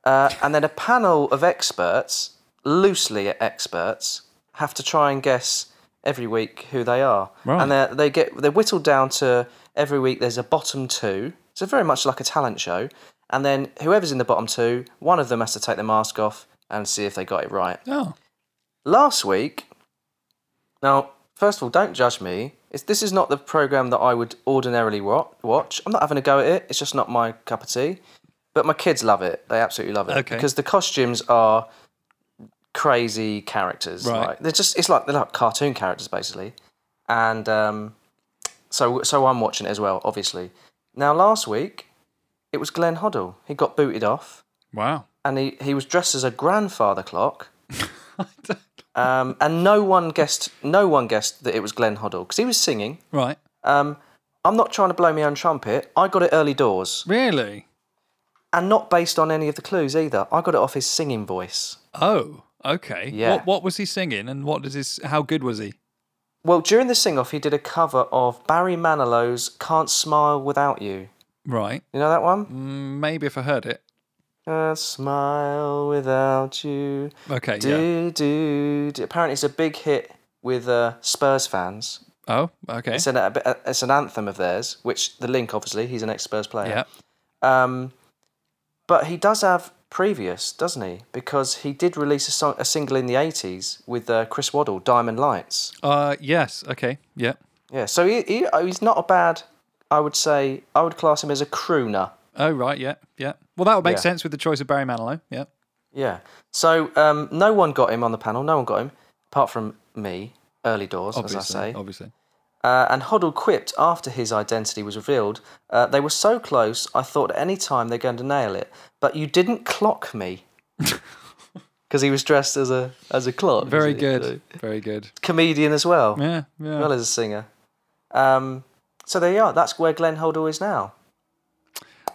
S2: Uh, and then a panel of experts, loosely experts, have to try and guess every week who they are.
S1: Right.
S2: And they're- they get they're whittled down to every week there's a bottom two. So very much like a talent show. And then whoever's in the bottom two, one of them has to take the mask off and see if they got it right
S1: Oh.
S2: last week. Now, first of all, don't judge me. It's, this is not the program that I would ordinarily wa- watch. I'm not having a go at it. It's just not my cup of tea. But my kids love it. They absolutely love it
S1: Okay.
S2: because the costumes are crazy characters.
S1: Right.
S2: Like, they're just it's like they're like cartoon characters basically. And um, so so I'm watching it as well, obviously. Now last week it was Glenn Hoddle. He got booted off
S1: (laughs) Wow.
S2: and he, he was dressed as a grandfather clock. Um, and no one guessed. No one guessed that it was Glenn Hoddle because he was singing.
S1: Right.
S2: Um, I'm not trying to blow my own trumpet. I got it early doors,
S1: Really?
S2: and not based on any of the clues either. I got it off his singing voice.
S1: Oh. Okay.
S2: Yeah.
S1: What what was he singing and what did his how good was he?
S2: Well, during the sing off, he did a cover of Barry Manilow's Can't Smile Without You.
S1: Right.
S2: You know that one?
S1: Mm. Maybe if I heard it.
S2: Can't smile without you.
S1: Okay, yeah.
S2: Do, do, do. Apparently, it's a big hit with uh, Spurs fans.
S1: Oh, okay.
S2: It's an, a bit- it's an anthem of theirs, which the link, obviously, he's an ex Spurs
S1: Yeah.
S2: player. Um, but he does have previous, doesn't he? Because he did release a, song, a single in the 80s with uh, Chris Waddle, Diamond Lights.
S1: Uh, yes. Okay. Yeah.
S2: Yeah, so he, he, oh, he's not a bad, I would say, I would class him as a crooner.
S1: Oh, right. Yeah. Yeah. Well, that would make
S2: Yeah.
S1: sense with the choice of Barry Manilow. Yeah.
S2: Yeah. So um, no one got him on the panel. No one got him, apart from me, early doors,
S1: Obviously.
S2: as I say.
S1: Obviously.
S2: Uh, and Hoddle quipped after his identity was revealed. Uh, they were so close. I thought at any time they're going to nail it, but you didn't
S1: (laughs)
S2: clock me. Because he was dressed as a as a clock.
S1: Very
S2: isn't he?
S1: good. Very good.
S2: Comedian as well,
S1: Yeah.
S2: as
S1: Yeah.
S2: well as a singer. Um, so there you are. That's where Glenn Hoddle is now.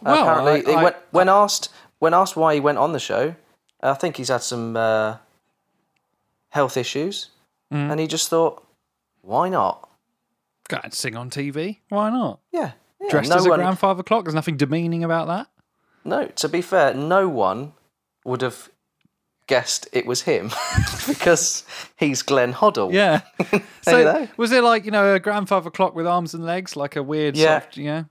S1: Well,
S2: Apparently,
S1: I-
S2: he
S1: I-
S2: went, when asked when asked why he went on the show, I think he's had some uh, health issues,
S1: Mm.
S2: and he just thought, "Why not?
S1: Go and sing on TV. Why not?
S2: Yeah, yeah,
S1: Dressed
S2: no
S1: as a
S2: one-
S1: grandfather clock. There's nothing demeaning about that.
S2: No, to be fair, no one would have guessed it was him (laughs) because he's Glenn Hoddle.
S1: Yeah.
S2: (laughs) There you
S1: so
S2: go.
S1: was it like you know a grandfather clock with arms and legs, like a weird
S2: Yeah.
S1: sort of yeah,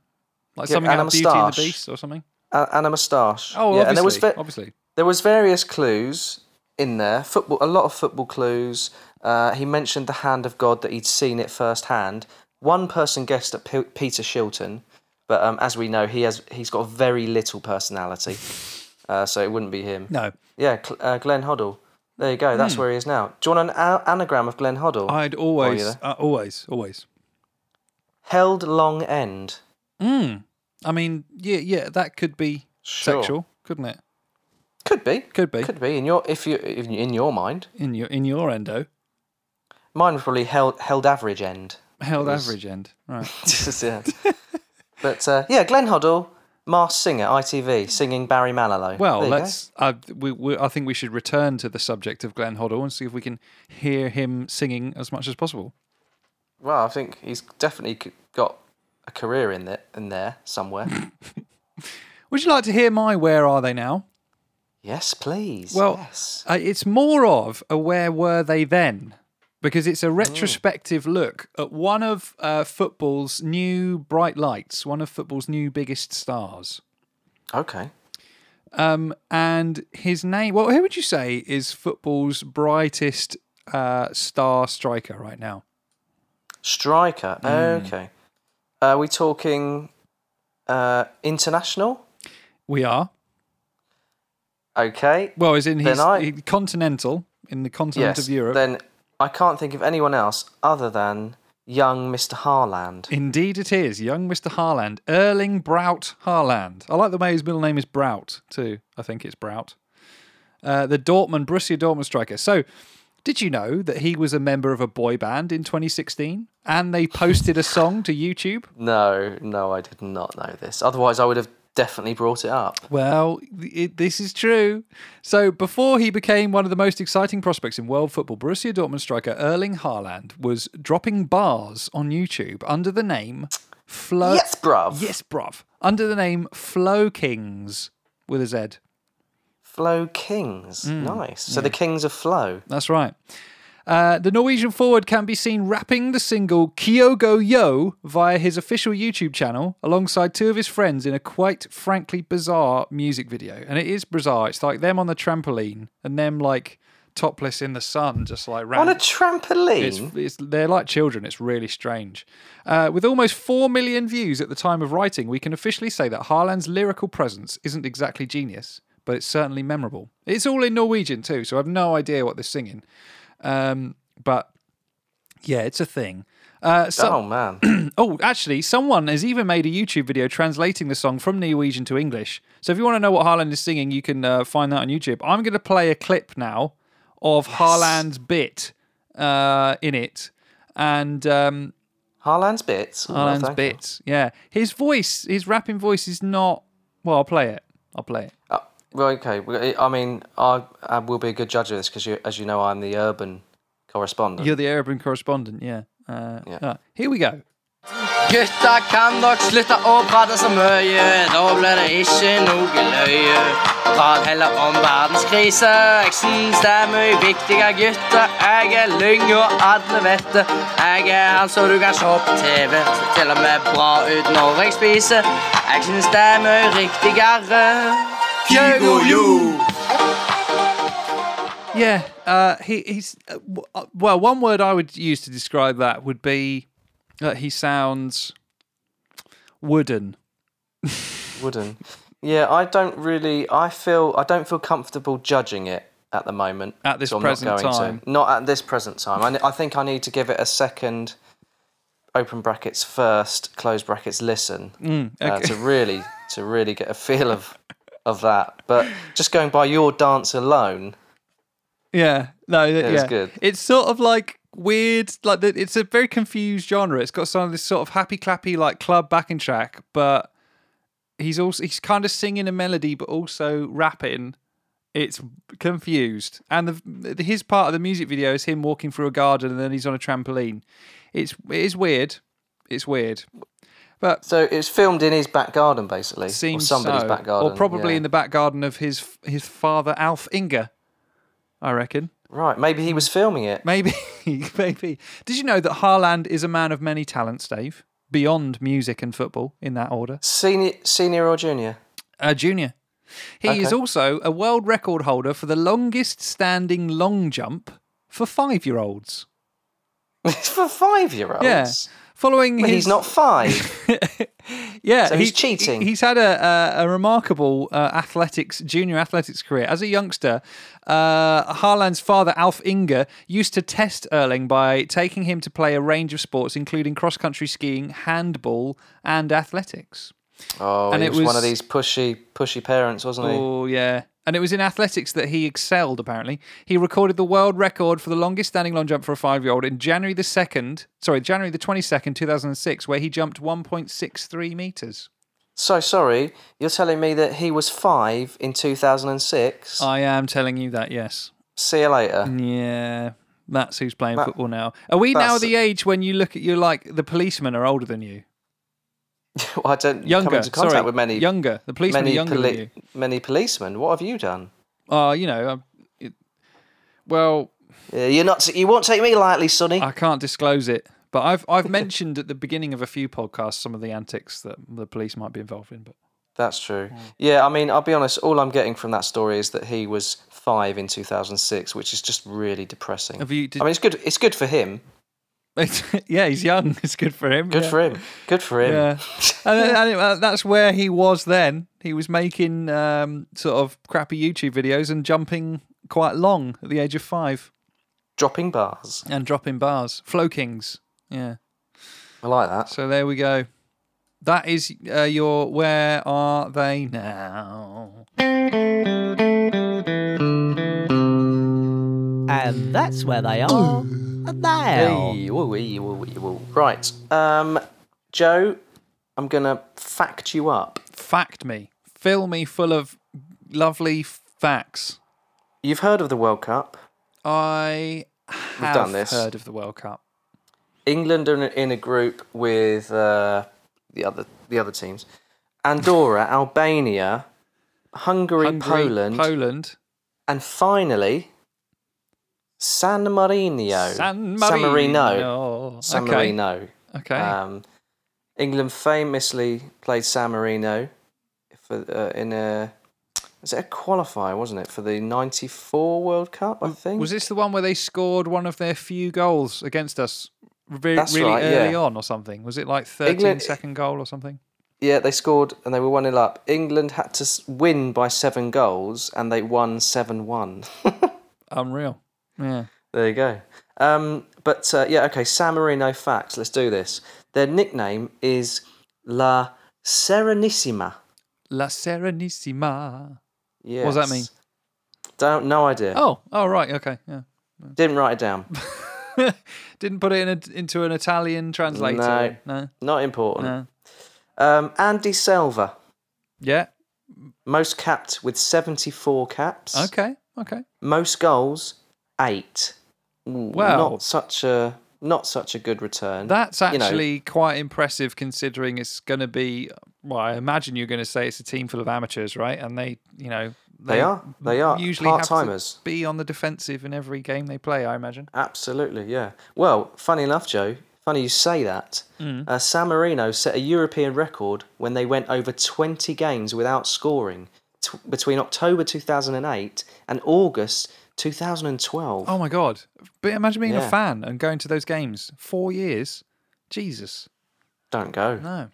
S1: like
S2: Yeah,
S1: something
S2: and
S1: out
S2: a
S1: of Beauty and the
S2: moustache.
S1: Beast or something?
S2: a- and a moustache.
S1: Oh,
S2: yeah,
S1: obviously.
S2: and there was ve-
S1: obviously.
S2: there was various clues in there. Football, a lot of football clues. Uh, he mentioned the hand of God that he'd seen it firsthand. One person guessed at P- Peter Shilton, but um, as we know, he has he's got a very little personality, uh, so it wouldn't be him.
S1: No,
S2: Yeah, Cl- uh, Glenn Hoddle. There you go.
S1: Hmm.
S2: That's where he is now. Do you want an a- anagram of Glenn Hoddle?
S1: I'd always, uh, always, always.
S2: Held long end.
S1: Hmm. I mean, yeah, yeah, that could be
S2: Sure.
S1: sexual, couldn't it?
S2: Could be.
S1: Could be.
S2: Could be. In your if you if you- in your mind,
S1: In your in your endo,
S2: mine was probably held held average end. (laughs)
S1: held average end, right?
S2: Just, yeah.
S1: (laughs)
S2: but uh, yeah, Glenn Hoddle, Mars singer, ITV, singing Barry Manilow.
S1: Well,
S2: There you go.
S1: let's. I we, we, I think we should return to the subject of Glenn Hoddle and see if we can hear him singing as much as possible.
S2: Well, I think he's definitely c- got a career in there, in there
S1: (laughs)
S2: somewhere.
S1: Would you like to hear my "Where Are They Now"?
S2: yes, please.
S1: Well,
S2: yes.
S1: uh, it's more of a where were they then? Because it's a
S2: Mm.
S1: retrospective look at one of uh, football's new bright lights, one of football's new biggest stars.
S2: okay.
S1: Um, and his name, well, who would you say is football's brightest uh, star striker right now?
S2: Striker.
S1: Hmm.
S2: Okay. Are we talking uh, international?
S1: We are.
S2: Okay.
S1: Well, as in
S2: Then
S1: his
S2: I-
S1: continental, in the continent
S2: yes.
S1: of Europe.
S2: Then I can't think of anyone else other than young
S1: (laughs)
S2: Mr. Harland.
S1: Indeed, it is. Young Mr. Haaland. Erling Braut Haaland. I like the way his middle name is Braut, too. I think it's Braut. Uh, the Dortmund, Borussia Dortmund striker. So, did you know that he was a member of a boy band in 2016? And they posted a song to YouTube?
S2: No, no, I did not know this. Otherwise, I would have definitely brought it up.
S1: Well, it, this is true. So, before he became one of the most exciting prospects in world football, Borussia Dortmund striker Erling Haaland was dropping bars on YouTube under the name Flo.
S2: Yes, bruv.
S1: Yes, bruv. Under the name Flow Kings with a Z.
S2: Flow Kings.
S1: Mm,
S2: nice. So the Kings of Flow.
S1: That's right. Uh, the Norwegian forward can be seen rapping the single Kyogo Yo via his official YouTube channel alongside two of his friends in a quite frankly bizarre music video. And it is bizarre. It's like them on the trampoline and them like topless in the sun, just like
S2: On a
S1: random. It's,
S2: trampoline.
S1: it's, they're like children. It's really strange. Uh, with almost 4 million views at the time of writing, we can officially say that Haaland's lyrical presence isn't exactly genius, but it's certainly memorable. It's all in Norwegian too, so I've no idea what they're singing. Um, but yeah, it's a thing. Uh, so,
S2: oh man.
S1: Oh, actually, someone has even made a YouTube video translating the song from Norwegian to English. So if you want to know what Haaland is singing, you can uh, find that on YouTube. I'm going to play a clip now of Haaland's bit uh, in it. And um,
S2: Harland's bits. Ooh,
S1: Haaland's
S2: thank you.
S1: bit, yeah. His voice, his rapping voice is not. Well, I'll play it. I'll play it.
S2: Oh, well, okay. Well, I I mean, I, I will be a good judge of this because, you, as you know, I'm the urban correspondent.
S1: You're the urban correspondent, yeah. Uh,
S2: Oh. Yeah.
S1: uh, here we go.
S7: Gutta kan dere slutte å prate så mye, da blir det ikke noe løye. Prat heller om verdenskrise, jeg syns det er mye viktigere, gutter. Jeg er lyng, og alle vet det. Jeg er han som du kan se på TV, ser til og med bra ut når jeg spiser. Jeg syns det er mye riktigere. Kygo jo!
S1: Yeah, uh, he, he's uh, w- uh, well. One word I would use to describe that would be that he sounds wooden.
S2: Wooden. Yeah, I don't really. I feel I don't feel comfortable judging it at the moment.
S1: At this
S2: so I'm
S1: present
S2: not going
S1: time.
S2: to. Not at this present time. I, ne- I think I need to give it a second. Open brackets first. Close brackets. Listen
S1: Mm,
S2: uh, to really to really get a feel of of that. But just going by your dance alone,
S1: Yeah, no, th- yeah,
S2: it's good.
S1: It's sort of like weird, like the, it's a very confused genre. It's got some of this sort of happy clappy like club backing track, but he's also he's kind of singing a melody but also rapping. It's confused, and the, the his part of the music video is him walking through a garden and then he's on a trampoline. It's it is weird. It's weird.
S2: so it's filmed in his back garden, basically,
S1: Seems
S2: or somebody's
S1: so.
S2: back garden,
S1: or probably
S2: yeah.
S1: in the back garden of his his father Alf Inger. I reckon.
S2: right. Maybe he was filming it.
S1: Maybe, (laughs) maybe. Did you know that Haaland is a man of many talents, Dave? Beyond music and football, in that order.
S2: Senior, senior or junior? (laughs)
S1: Uh, junior. He is
S2: Okay.
S1: also a world record holder for the longest standing long jump for five year olds.
S2: It's for five year olds.
S1: Yeah. Following
S2: But
S1: his.
S2: Oh, he's not five.
S1: Yeah,
S2: So he's
S1: he-
S2: cheating.
S1: he- He's had a, a, a remarkable uh, athletics, junior athletics career. As a youngster, uh, Haaland's father, Alf Inger, used to test Erling by taking him to play a range of sports, including cross country skiing, handball, and athletics.
S2: (laughs) Oh,
S1: And
S2: he
S1: it
S2: was, one
S1: was-
S2: of these pushy, pushy parents, wasn't he?
S1: Oh, yeah. And it was in athletics that he excelled, apparently. He recorded the world record for the longest standing long jump for a five year old in January the 2nd, sorry, January the 22nd, 2006, where he jumped 1.63 metres.
S2: So sorry, you're telling me that he was five in 2006.
S1: I Mm. am telling you that, yes.
S2: See you later.
S1: Yeah, that's who's playing football now. Are we now
S2: that's-
S1: the age when you look at you like the policemen are older than you?
S2: (laughs) Well, I don't come
S1: Younger,
S2: into contact
S1: sorry,
S2: with many,
S1: younger. The policemen are
S2: many,
S1: younger
S2: poli-
S1: than
S2: many policemen. What have you done?
S1: you. Uh, you know, um, it, well,
S2: Yeah, you're not. You won't take me lightly, Sonny.
S1: I can't disclose it, but I've
S2: (laughs)
S1: I've mentioned at the beginning of a few podcasts some of the antics that the police might be involved in. But
S2: That's true.
S1: Mm.
S2: Yeah, I mean, I'll be honest. All I'm getting from that story is that he was five in 2006, which is just really depressing.
S1: Have you- did-
S2: I mean, it's good. It's good for him.
S1: (laughs) yeah, he's young. (laughs) It's good for him.
S2: Good
S1: yeah.
S2: for him. Good for him.
S1: Yeah, and, then- and it- uh, that's where he was then. He was making um, sort of crappy YouTube videos and jumping quite long at the age of five.
S2: (laughs) Dropping bars.
S1: and dropping bars. Flow Kings. Yeah.
S2: I like that.
S1: So there we go. That is uh, your Where Are They Now?
S6: And that's where they are now.
S2: Hey, woo, wee, woo, wee, woo. Right, um, Joe, I'm gonna fact you up.
S1: Fact me. Fill me full of lovely facts.
S2: You've heard of the World Cup.
S1: I have
S2: done this.
S1: heard of the World Cup.
S2: England are in a group with uh, the other the other teams: (laughs) Andorra, Albania, Hungary,
S1: Hungary,
S2: Poland,
S1: Poland.
S2: and finally San Marino.
S1: San Marino.
S2: San Marino. San
S1: okay.
S2: Marino.
S1: Okay.
S2: Um, England famously played San Marino for uh, in a was it a qualifier, wasn't it, for the '94 World Cup? I think
S1: was this the one where they scored one of their few goals against us re-
S2: That's
S1: really
S2: right,
S1: early
S2: yeah.
S1: on or something? Was it like 13 second
S2: England-
S1: goal or something?
S2: Yeah, they scored and they were one 0 up. England had to s- win by seven goals and they won seven one.
S1: Unreal. Yeah.
S2: (laughs) There you go. Um, but uh, yeah, okay. San Marino facts. Let's do this. Their nickname is La Serenissima.
S1: La Serenissima.
S2: Yes.
S1: does that mean?
S2: Don't no idea.
S1: Oh, oh right, okay, yeah. (laughs)
S2: Didn't write it down.
S1: Didn't put it in a, into an Italian translator. No.
S2: Not important. Um, Andy Selva,
S1: Yeah.
S2: most capped with 74 caps.
S1: Okay. Okay.
S2: Most goals, eight. Ooh,
S1: Wow.
S2: Not such a not such a good return.
S1: That's
S2: You know,
S1: actually quite impressive considering it's going to be. Well, I imagine you're going to say it's a team full of amateurs, right? And they, you know,
S2: They are. They are.
S1: usually have to
S2: Part-timers.
S1: be on the defensive in every game they play. I imagine.
S2: Absolutely, yeah. Well, funny enough, Joe, funny you say that.
S1: Mm.
S2: Uh, San Marino set a European record when they went over 20 games without scoring t- between October 2008 and August 2012.
S1: Oh my god! But imagine being a
S2: Yeah.
S1: fan and going to those games four years. Jesus,
S2: Don't go.
S1: no.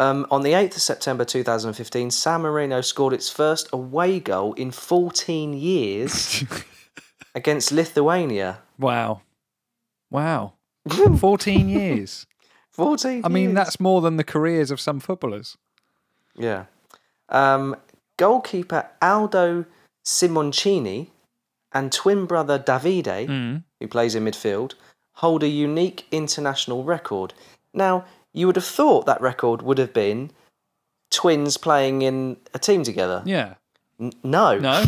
S2: Um, on the 8th of September 2015, San Marino scored its first away goal in
S1: (laughs)
S2: 14 years against Lithuania.
S1: Wow,
S2: (laughs)
S1: wow. Fourteen years.
S2: 14
S1: I mean,
S2: years.
S1: that's more than the careers of some footballers.
S2: Yeah. Um, goalkeeper Aldo Simoncini and twin brother Davide,
S1: Mm.
S2: who plays in midfield, hold a unique international record. Now, you would have thought that record would have been twins playing in a team together.
S1: Yeah.
S2: N- no.
S1: No.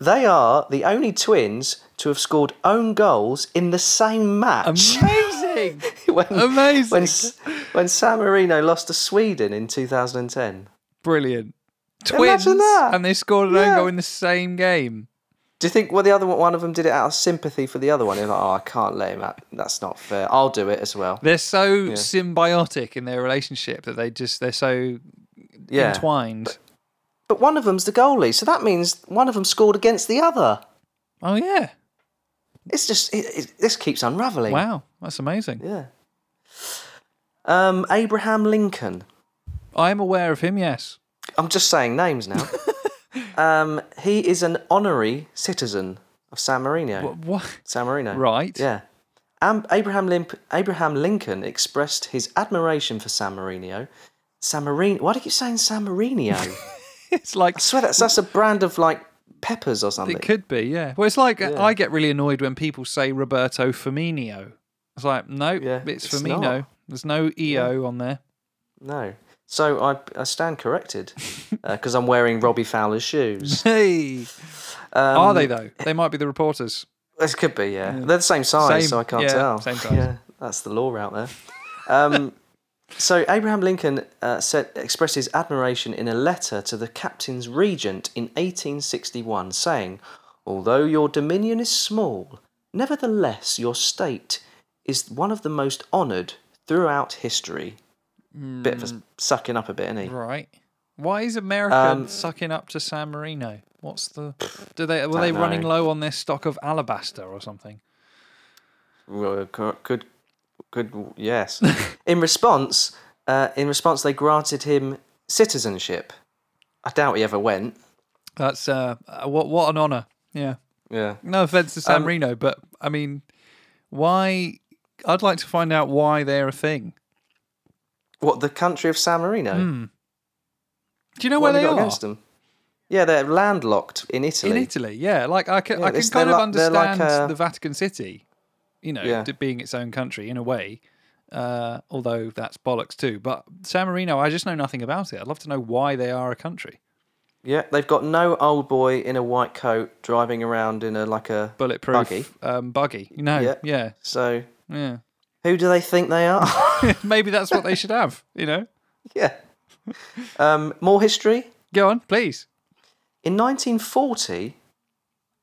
S2: They are the only twins to have scored own goals in the same match.
S1: Amazing.
S2: (laughs) when,
S1: Amazing.
S2: When, S- when San Marino lost to Sweden in 2010.
S1: Brilliant. Twins,
S2: Imagine that.
S1: and they scored an own
S2: Yeah.
S1: goal in the same game.
S2: Do you think well the other one, one of them did it out of sympathy for the other one? You're like, oh, I can't let him out. That's not fair. I'll do it as well.
S1: They're so symbiotic in their relationship that they just they're so
S2: Yeah.
S1: entwined.
S2: But one of them's the goalie, so that means one of them scored against the other.
S1: Oh yeah!
S2: It's just it, it, this keeps unraveling.
S1: Wow, that's amazing.
S2: Yeah. Um, Abraham Lincoln.
S1: I'm aware of him. Yes.
S2: I'm just saying
S1: (laughs)
S2: names now. um, he is an honorary citizen of San Marino.
S1: What? what? (laughs)
S2: San Marino.
S1: Right.
S2: Yeah. Am Abraham, Limp- Abraham Lincoln expressed his admiration for San Marino. San Marino. Why do you keep saying
S1: (laughs)
S2: San Marino? I
S1: It's like
S2: swear that's, that's a brand of like peppers or something.
S1: it could be. Yeah. Well, it's like uh, I get really annoyed when people say Roberto Firmino. It's like no,
S2: Yeah,
S1: it's
S2: it's
S1: Firmino.
S2: not.
S1: There's no EO on there.
S2: No. So I, I stand corrected because I'm wearing Robbie Fowler's shoes.
S1: Hey. (laughs)
S2: Um,
S1: Are they though? They might be the reporters.
S2: This could be, yeah. They're the same size,
S1: Same-
S2: so I can't
S1: yeah,
S2: tell. (laughs)
S1: same size.
S2: Yeah, that's the law out there. Um, (laughs) so Abraham Lincoln uh, said, expressed his admiration in a letter to the captain's regent in 1861, saying, "Although your dominion is small, nevertheless your state is one of the most honoured throughout history." Bit
S1: Hmm.
S2: of a sucking up a bit, isn't he?
S1: Right. Why is America
S2: Um,
S1: sucking up to San Marino? What's the? Do they were they
S2: know.
S1: running low on their stock of alabaster or something?
S2: Well, co- Could, could, yes. (laughs) in response, uh, in response, they granted him citizenship. I doubt he ever went.
S1: That's uh, uh, what what an honor. Yeah.
S2: Yeah.
S1: No offense to San
S2: Um,
S1: Marino, but I mean, why? I'd like to find out why they're a thing.
S2: What the country of San Marino?
S1: Do you know
S2: What
S1: where
S2: have
S1: they
S2: they got
S1: are?
S2: against them? Yeah, they're landlocked in Italy.
S1: In Italy, yeah. Like I can,
S2: Yeah,
S1: I can
S2: it's-
S1: kind
S2: they're
S1: of
S2: like- they're like
S1: understand
S2: a-
S1: the Vatican City, you know,
S2: Yeah.
S1: d- being its own country in a way. Uh, although that's bollocks too. But San Marino, I just know nothing about it. I'd love to know why they are a country.
S2: Yeah, they've got no old boy in a white coat driving around in a like a
S1: Bulletproof
S2: buggy.
S1: Um, buggy. No,
S2: Yeah.
S1: yeah,
S2: So
S1: yeah. (laughs)
S2: who do they think they are? (laughs)
S1: Maybe that's what they should have. You know,
S2: yeah. Um, more history.
S1: go on, please.
S2: In 1940,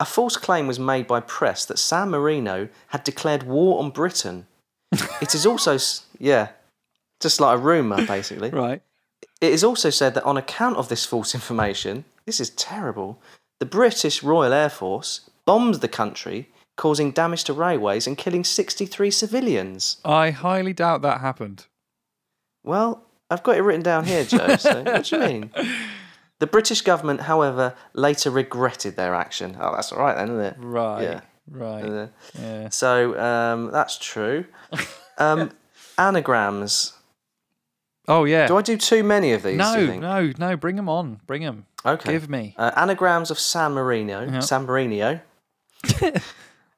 S2: a false claim was made by press that San Marino had declared war on Britain. it is also, s- yeah, just like a rumour, basically.
S1: Right.
S2: It is also said that on account of this false information, this is terrible, the British Royal Air Force bombed the country, causing damage to railways and killing 63 civilians.
S1: I highly doubt that happened.
S2: Well, I've got it written down here, Joe. So what do you
S1: (laughs)
S2: mean? The British government, however, later regretted their action. Oh, that's all right then, isn't it?
S1: Right.
S2: Yeah.
S1: Right.
S2: Uh,
S1: yeah.
S2: So um, that's true.
S1: (laughs)
S2: Um, anagrams.
S1: Oh yeah.
S2: Do I do too many of these? do you
S1: no,
S2: think?
S1: no, no. Bring them on. Bring them.
S2: Okay.
S1: Give me.
S2: Uh, anagrams of San Marino.
S1: (laughs)
S2: San Marino.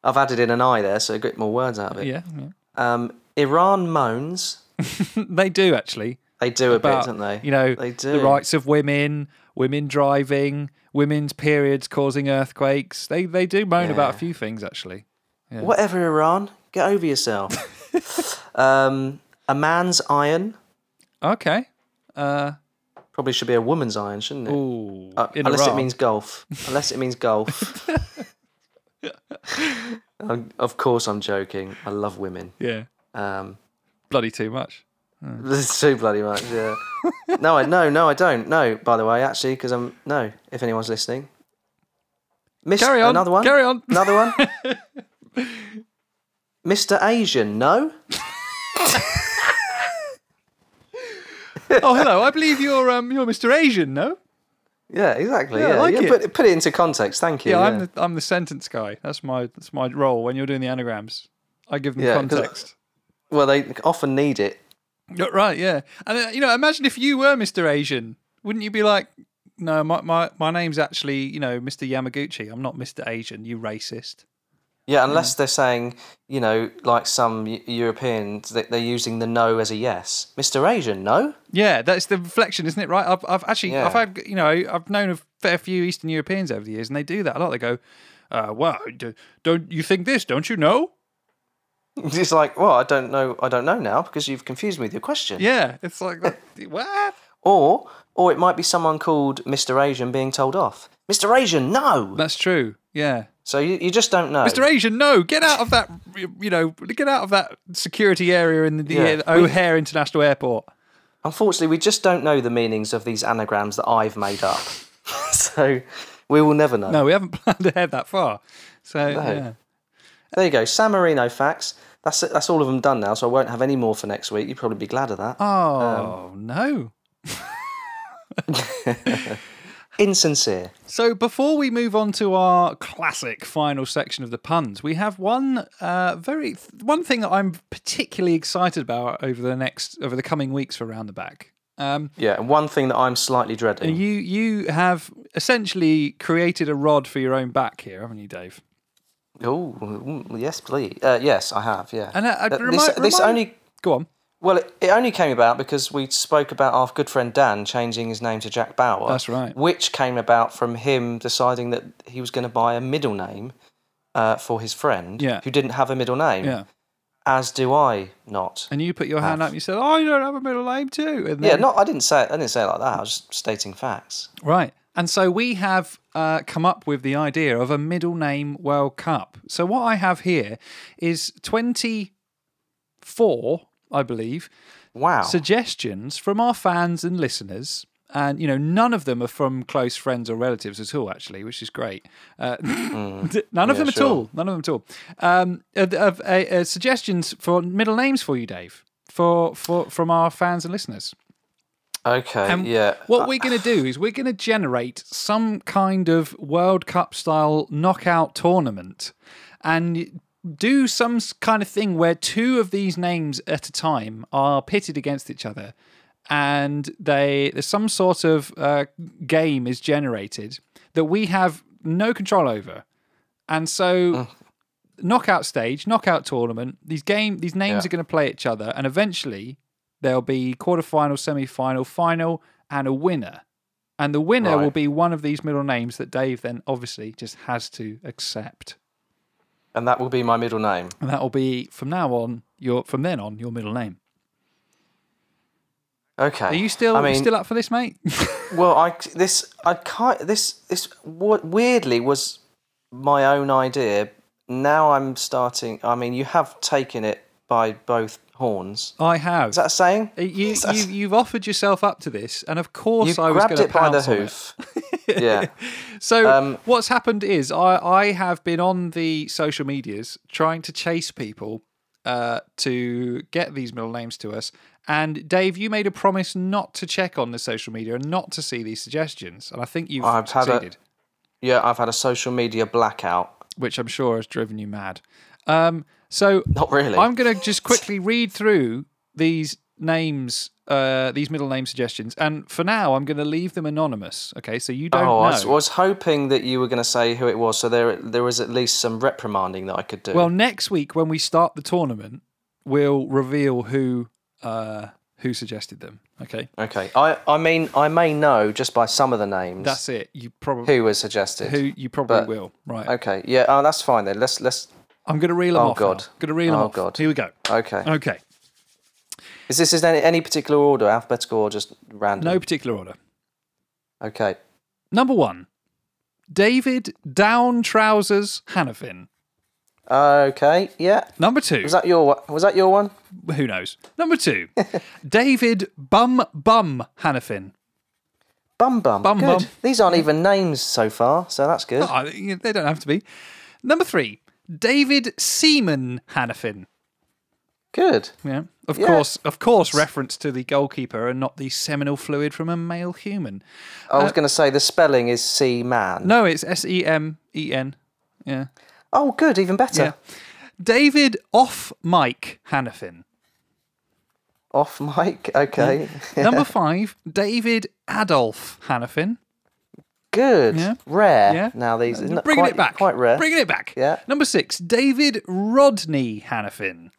S2: I've added in an I there, so get more words out of it.
S1: Yeah. yeah. (laughs)
S2: Um, Iran moans.
S1: they do actually.
S2: They do a
S1: about,
S2: bit, don't they?
S1: You know,
S2: they do.
S1: the rights of women, women driving, women's periods causing earthquakes. They they do moan about a few things actually.
S2: Whatever, Iran. Get over yourself.
S1: (laughs)
S2: um, a man's iron
S1: Okay. Uh,
S2: probably should be a woman's iron, shouldn't it?
S1: ooh,
S2: Uh,
S1: in
S2: unless
S1: a
S2: it means golf. Unless it
S1: (laughs)
S2: means golf. Um, of course, I'm joking. I love women.
S1: yeah,
S2: Um, (laughs)
S1: bloody too much.
S2: It's too bloody much, yeah. no, I, no, no, I don't. No, by the way, actually, because I'm no. If anyone's listening, Miss,
S1: Carry on.
S2: Another one.
S1: Carry on.
S2: Another one. Mr. Asian, no.
S1: (laughs) oh, hello. I believe you're um, you're Mr. Asian, no?
S2: Yeah, exactly.
S1: Yeah, I
S2: Yeah,
S1: like
S2: yeah,
S1: it.
S2: Put, put it into context. Thank you.
S1: Yeah, I'm the I'm the sentence guy. That's my that's my role when you're doing the anagrams. I give them
S2: Yeah, 'cause-
S1: context.
S2: Well, they often need it.
S1: Yeah, Right, yeah. And uh, you know, imagine if you were Mr. Asian, wouldn't you be like, no, my, my, my name's actually you know Mr. Yamaguchi. I'm not Mr. Asian. You racist.
S2: Yeah,
S1: Mm.
S2: unless they're saying, you know, like some Eu- Europeans, they- they're using the no as a yes. Mr. Asian, no. (laughs)
S1: Yeah, that's the reflection, isn't it? Right. I've, I've actually
S2: Yeah.
S1: I've had you know I've known a fair few Eastern Europeans over the years, and they do that a lot. They go, uh, well, d- don't you think this? Don't you know?
S2: It's like, well, I don't know. I don't know now because you've confused me with your question.
S1: Yeah, it's like
S2: (laughs)
S1: that- what?
S2: Or or it might be someone called Mr. Asian being told off. Mr. Asian, no.
S1: That's true. Yeah.
S2: So you, you just don't know.
S1: Mr. Asian, no, get out of that. You know, get out of that security area in the, the
S2: Yeah.
S1: O'Hare International Airport.
S2: Unfortunately, we just don't know the meanings of these anagrams that I've made up. (laughs) so we will never know.
S1: No, we haven't (laughs) planned ahead that far. So
S2: No.
S1: yeah.
S2: There you go. San Marino facts. That's it. That's all of them done now. So I won't have any more for next week. You'd probably be glad of that.
S1: Oh
S2: Um,
S1: no.
S2: Insincere.
S1: So before we move on to our classic final section of the puns, we have one uh, very one thing that I'm particularly excited about over the next over the coming weeks for Round the Back. Um,
S2: Yeah. And one thing that I'm slightly dreading.
S1: you you have essentially created a rod for your own back here, haven't you, Dave?
S2: Oh, mm, yes, please. Uh, yes, I have. Yeah.
S1: And, uh, uh,
S2: Uh, this,
S1: remind-
S2: this
S1: remind-
S2: only
S1: Go on.
S2: Well, it, it only came about because we spoke about our good friend Dan changing his name to Jack Bauer.
S1: That's right.
S2: Which came about from him deciding that he was going to buy a middle name uh, for his friend
S1: Yeah.
S2: who didn't have a middle name,
S1: Yeah.
S2: as do I not.
S1: And you put your hand up and you said, "Oh, you don't have a middle name too." And
S2: yeah,
S1: then-
S2: not. I didn't say. it- I didn't say it like that. I was just stating facts.
S1: Right. And so we have uh, come up with the idea of a middle name World Cup. So what I have here is 24, I believe,
S2: Wow.
S1: suggestions from our fans and listeners. And, you know, none of them are from close friends or relatives at all, actually, which is great. Uh, (laughs) none of them at
S2: Hmm. sure.
S1: all. None of them at all. Um, of, of, uh, uh, suggestions for middle names for you, Dave, for, for from our fans and listeners.
S2: okay.
S1: And
S2: yeah.
S1: um, What we're going to do is we're going to generate some kind of World Cup style knockout tournament and do some s- kind of thing where two of these names at a time are pitted against each other and they there's some sort of uh, game is generated that we have no control over. And so knockout stage, knockout tournament. These game, these names
S2: Yeah.
S1: are going to play each other, and eventually there'll be quarterfinal, semi-final, final, and a winner. And the winner
S2: Right.
S1: will be one of these middle names that Dave then obviously just has to accept,
S2: And that will be my middle name.
S1: and that will be from now on your from then on your middle name.
S2: Okay.
S1: Are you still
S2: I mean,
S1: still up for this,
S2: (laughs)
S1: mate?
S2: Well, I this I can't this this what weirdly was my own idea. Now I'm starting. I mean, you have taken it by both horns.
S1: I have.
S2: Is that a saying?
S1: Uh, you,
S2: Is that-
S1: you you've offered yourself up to this, and of course
S2: you
S1: I was going
S2: grabbed
S1: to
S2: it by the
S1: pounce on it.
S2: hoof. yeah,
S1: (laughs) So
S2: Um,
S1: what's happened is I, I have been on the social medias trying to chase people uh, to get these middle names to us. And Dave, you made a promise not to check on the social media and not to see these suggestions, and I think you've
S2: I've had a-
S1: succeeded,
S2: yeah. I've had a social media blackout.
S1: which I'm sure has driven you mad. Um, so
S2: Not really.
S1: I'm going to just quickly read through these names, uh, these middle name suggestions, and for now I'm going to leave them anonymous. Okay, so you don't know.
S2: Oh, I s- was hoping that you were going to say who it was, so there there was at least some reprimanding that I could do.
S1: Well, next week when we start the tournament, we'll reveal who uh, who suggested them. Okay,
S2: okay. I, I mean, I may know just by some of the names
S1: that's it. You probably
S2: who was suggested.
S1: who you probably
S2: but-
S1: will. Right.
S2: Okay. Yeah. Oh, that's fine then. Let's let's
S1: I'm going to reel them
S2: Oh,
S1: off.
S2: God.
S1: I'm going to reel them
S2: Oh,
S1: off.
S2: God.
S1: Here we go.
S2: Okay.
S1: Okay.
S2: Is this in any, any particular order, alphabetical or just random?
S1: No particular order.
S2: Okay.
S1: Number one, David Down Trousers Hannafin.
S2: Okay. Yeah.
S1: Number two,
S2: Was that your one? Was that your one?
S1: who knows? Number
S2: (laughs)
S1: two, David Bum Bum Hannafin.
S2: Bum bum.
S1: Bum
S2: good.
S1: bum.
S2: These aren't even names so far, so that's good.
S1: Oh, you know, they don't have to be. Number three, David Seaman Hannafin.
S2: Good.
S1: Yeah, of
S2: Yeah.
S1: course, of course, reference to the goalkeeper and not the seminal fluid from a male human.
S2: I was going to say the spelling is C man.
S1: Uh, No, it's S E M E N. Yeah,
S2: Oh, good. Even better.
S1: yeah. David Off Mike Hannafin.
S2: Off mic. Okay.
S1: Number five, David Adolf Hannafin.
S2: good.
S1: Yeah.
S2: Rare.
S1: Yeah.
S2: Now these not
S1: Bringing
S2: quite,
S1: it back.
S2: Quite rare.
S1: Bringing it back.
S2: Yeah.
S1: Number six, David Rodney Hannafin.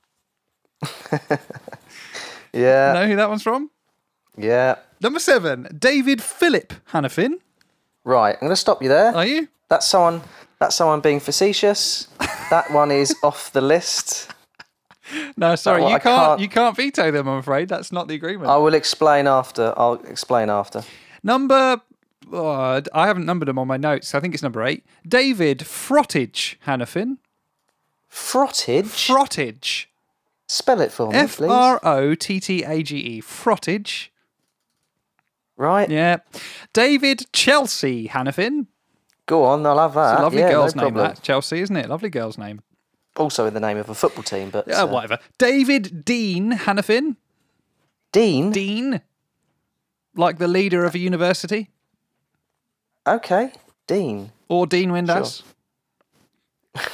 S2: Yeah.
S1: Know who that one's from?
S2: Yeah.
S1: Number seven, David Philip Hannafin.
S2: Right. I'm going to stop you there.
S1: Are you?
S2: That's someone. That's someone being facetious. that
S1: (laughs)
S2: one is off the list.
S1: No, sorry,
S2: one
S1: you
S2: I
S1: can't,
S2: can't-
S1: You can't veto them. I'm afraid that's not the agreement.
S2: I will explain after. I'll explain after.
S1: Number. oh, I haven't numbered them on my notes. I think it's number eight. David Frottage Hannafin.
S2: Frottage.
S1: Frottage.
S2: Spell it for me,
S1: F
S2: please.
S1: R O T T A G E. Frottage.
S2: Right.
S1: Yeah. David Chelsea Hannafin.
S2: Go on. I'll have that.
S1: Lovely
S2: Ah, yeah,
S1: girl's
S2: no
S1: name,
S2: problem.
S1: that. Chelsea, isn't it? Lovely girl's name.
S2: Also in the name of a football team, but
S1: Uh,
S2: uh,
S1: whatever. David Dean Hannafin.
S2: Dean.
S1: Dean. Like the leader of a university.
S2: Okay. Dean. (laughs)
S1: Or Dean Windass.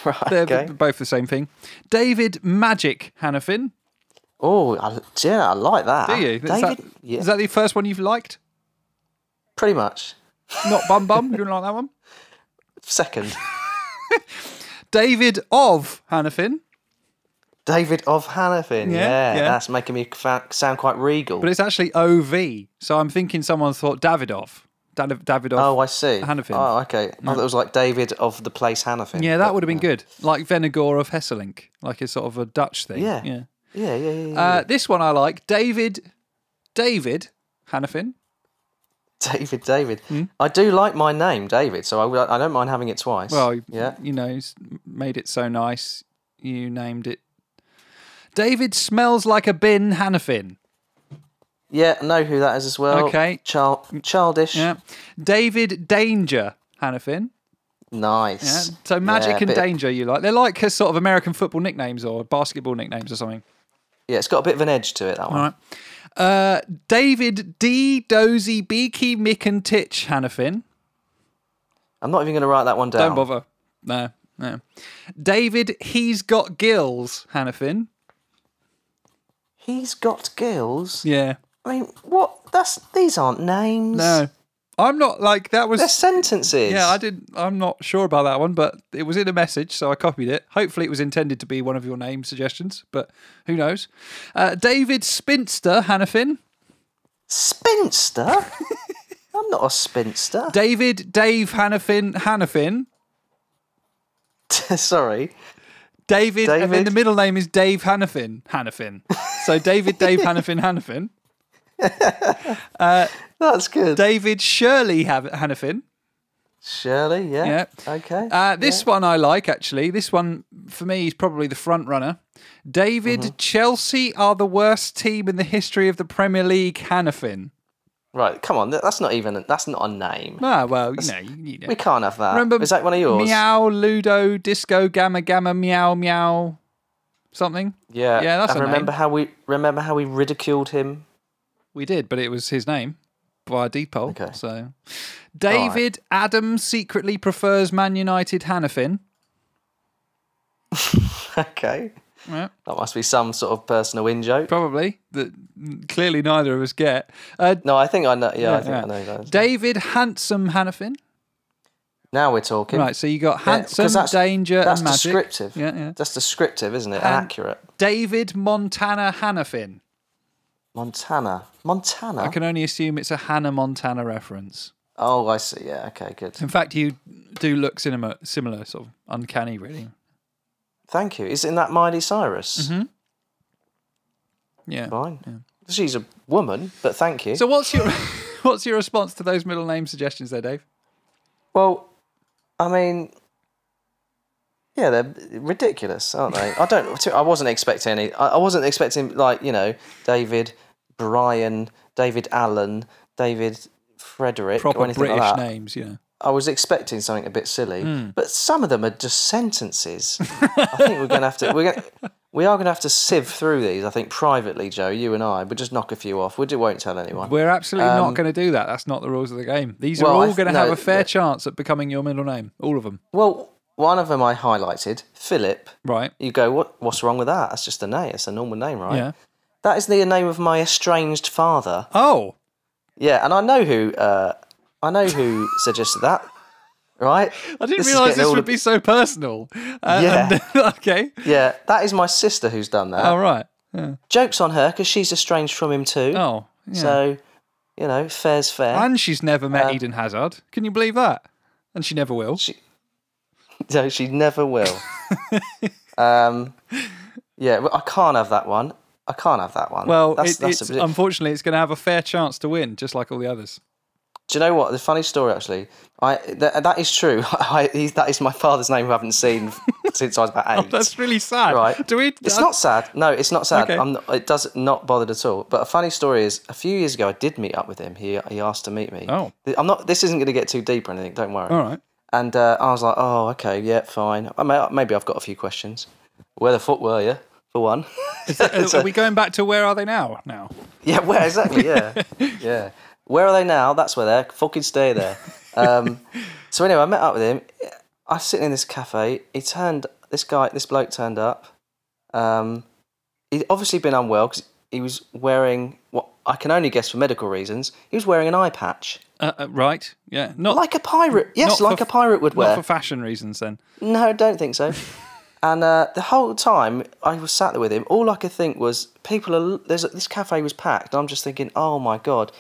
S2: Right.
S1: They're
S2: okay.
S1: b- both the same thing. David Magic Hannafin.
S2: Oh, I, yeah, I like that.
S1: Do you? Is,
S2: Ah, David?
S1: that,
S2: yeah,
S1: is that the first one you've liked?
S2: pretty much.
S1: Not Bum Bum. you don't like that one? (laughs)
S2: Second.
S1: David of Hannafin.
S2: David of Hannafin.
S1: Yeah,
S2: Yeah,
S1: yeah.
S2: that's making me fa- sound quite regal.
S1: But it's actually OV. So I'm thinking someone thought Davidov. Dav- Davidov.
S2: oh, I see.
S1: Hannafin.
S2: Oh, okay. I thought it was like David of the place Hannafin.
S1: Yeah,
S2: but-
S1: that would have been good. Like Venegor of Hesselink, like it's sort of a Dutch thing.
S2: Yeah.
S1: yeah.
S2: Yeah, yeah, yeah. yeah.
S1: Uh, this one I like. David, David Hannafin.
S2: (laughs) David, David.
S1: Hmm?
S2: I do like my name, David, so I, will- I don't mind having it twice.
S1: Well,
S2: yeah.
S1: you know, he's made it so nice. You named it. David smells like a bin Hannafin.
S2: Yeah, I know who that is as well.
S1: Okay. Mm.
S2: Child, childish.
S1: Yeah. David Danger Hannafin. Yeah.
S2: Nice.
S1: So Magic
S2: Yeah, a
S1: and
S2: bit-
S1: Danger, you like? They're like his sort of American football nicknames or basketball nicknames or something.
S2: Yeah, it's got a bit of an edge to it, that one.
S1: All right. Uh, David D Dozy Beaky Mick and Titch Hannafin.
S2: I'm not even going to write that one down.
S1: Don't bother. No, no. David, he's got gills, Hannafin.
S2: He's got gills.
S1: Yeah.
S2: I mean, what? That's these aren't names.
S1: No. I'm not like that
S2: they're
S1: was
S2: sentences.
S1: Yeah, I didn't I'm not sure about that one, but it was in a message, so I copied it. Hopefully it was intended to be one of your name suggestions, but who knows. Uh, David Spinster, Hannafin.
S2: Spinster.
S1: (laughs)
S2: I'm not a spinster.
S1: David Dave Hannafin Hannafin.
S2: (laughs) Sorry.
S1: David, and then
S2: David.
S1: the middle name is Dave Hannafin Hannafin. So David
S2: (laughs)
S1: Dave Hannafin Hannafin.
S2: That's good.
S1: David Shirley Ha- Hannafin.
S2: Shirley.
S1: Yeah.
S2: Yeah. Okay.
S1: Uh, this one I like actually. This one for me is probably the front runner. David,
S2: Mm-hmm.
S1: Chelsea are the worst team in the history of the Premier League. Hannafin.
S2: right. Come on. that- That's not even. That's not a name.
S1: Ah, well, you know, you you know.
S2: We can't have that.
S1: Remember,
S2: Is that one of yours?
S1: Meow, Ludo, Disco, Gamma, Gamma, Meow, Meow, something.
S2: Yeah.
S1: yeah, that's a
S2: And
S1: name.
S2: remember how we remember how we ridiculed him. (laughs)
S1: We did, but it was his name by default.
S2: Okay.
S1: So, David Adam secretly prefers Man United. Hannafin.
S2: okay.
S1: Yeah.
S2: That must be some sort of personal in joke.
S1: Probably that clearly neither of us get. Uh,
S2: No, I think I know. Yeah, I think
S1: yeah.
S2: I know those.
S1: David Handsome Hannafin.
S2: now we're talking.
S1: Right, so you got
S2: Yeah,
S1: handsome,
S2: 'cause that's-
S1: danger,
S2: That's
S1: and magic.
S2: descriptive.
S1: Yeah, yeah.
S2: That's descriptive, isn't it?
S1: And-
S2: And accurate.
S1: David Montana Hannafin.
S2: Montana. Montana.
S1: I can only assume it's a Hannah Montana reference.
S2: Oh, I see. Yeah. Okay. Good.
S1: In fact, you do look cinema, similar, sort of uncanny, really.
S2: Thank you. Isn't that Miley Cyrus?
S1: Mm-hmm. Yeah.
S2: Fine. She's a woman, but thank you.
S1: So what's your (laughs) what's your response to those middle name suggestions there, Dave?
S2: well, I mean, yeah, they're ridiculous, aren't they? I don't. I wasn't expecting any. I I wasn't expecting like you know David, Brian, David Allen, David Frederick, or
S1: Proper
S2: anything
S1: British Hmm.
S2: like that.
S1: names, you know.
S2: I was expecting something a bit silly, but some of them are just
S1: (laughs)
S2: sentences. I think we're going to have to we're gonna, we are going to have to sieve through these. I think privately, Joe, you and I, we'll just knock a few off. We do- won't tell anyone.
S1: We're absolutely not going to do that. That's not the rules of the game. These
S2: Um,
S1: are
S2: Well, I
S1: all
S2: th-
S1: going to
S2: no,
S1: have a fair
S2: th-
S1: chance at becoming your middle name. All of them.
S2: well, one of them I highlighted, Philip.
S1: Right.
S2: You go, what? What's wrong with that? That's just a name. It's a normal name, right?
S1: Yeah.
S2: That is the name of my estranged father.
S1: Oh.
S2: Yeah, and I know who. Uh, I
S1: (laughs)
S2: know who suggested that. Right.
S1: I didn't
S2: is
S1: realise
S2: getting
S1: this
S2: all
S1: would
S2: the-
S1: be so personal. Uh,
S2: Yeah. Uh,
S1: and- (laughs) okay.
S2: Yeah, that is my sister who's done that.
S1: All right.
S2: Jokes on her because she's estranged from him too.
S1: Oh. Yeah.
S2: So, you know, fair's fair.
S1: and she's never met
S2: uh,
S1: Eden Hazard. Can you believe that? And she never will.
S2: She- (laughs) so she
S1: (laughs)
S2: never will. um, yeah, well, I can't have that one. I can't have that one.
S1: well,
S2: that's,
S1: it,
S2: that's
S1: it's,
S2: a bit-
S1: unfortunately, it's going to have a fair chance to win, just like all the others.
S2: do you know what? The funny story, actually, I th- that is true. (laughs) I, he, that is my father's name, who I haven't seen (laughs) since I was about eight.
S1: Oh, That's really sad.
S2: Right.
S1: Do we? uh,
S2: It's not sad. No, it's not sad.
S1: Okay.
S2: I'm not, it does not bothered at all. But a funny story is, a few years ago, I did meet up with him. He he asked to meet me.
S1: Oh.
S2: I'm not. This isn't going to get too deep or anything. Don't worry.
S1: All
S2: (laughs)
S1: right.
S2: And uh, I was like, oh, okay, yeah, fine. I may, maybe I've got a few questions. Where the fuck were you, for one?
S1: Are we going back to where are they now? Now.
S2: (laughs) yeah, where exactly?
S1: (laughs)
S2: Yeah, yeah. Where are they now? That's where they're. Fucking stay there. Um, so anyway, I met up with him. I was sitting in this cafe. He turned this guy, this bloke turned up. Um, he'd obviously been unwell because he was wearing what I can only guess for medical reasons. He was wearing an eye patch,
S1: Uh, uh, right. Yeah. Not
S2: like a pirate.
S1: not
S2: Yes, like
S1: for-
S2: a pirate would wear.
S1: Not for fashion reasons, then.
S2: No, I don't think so. and uh, the whole time I was sat there with him, all I could think was people are. There's this cafe was packed, and I'm just thinking, oh my god,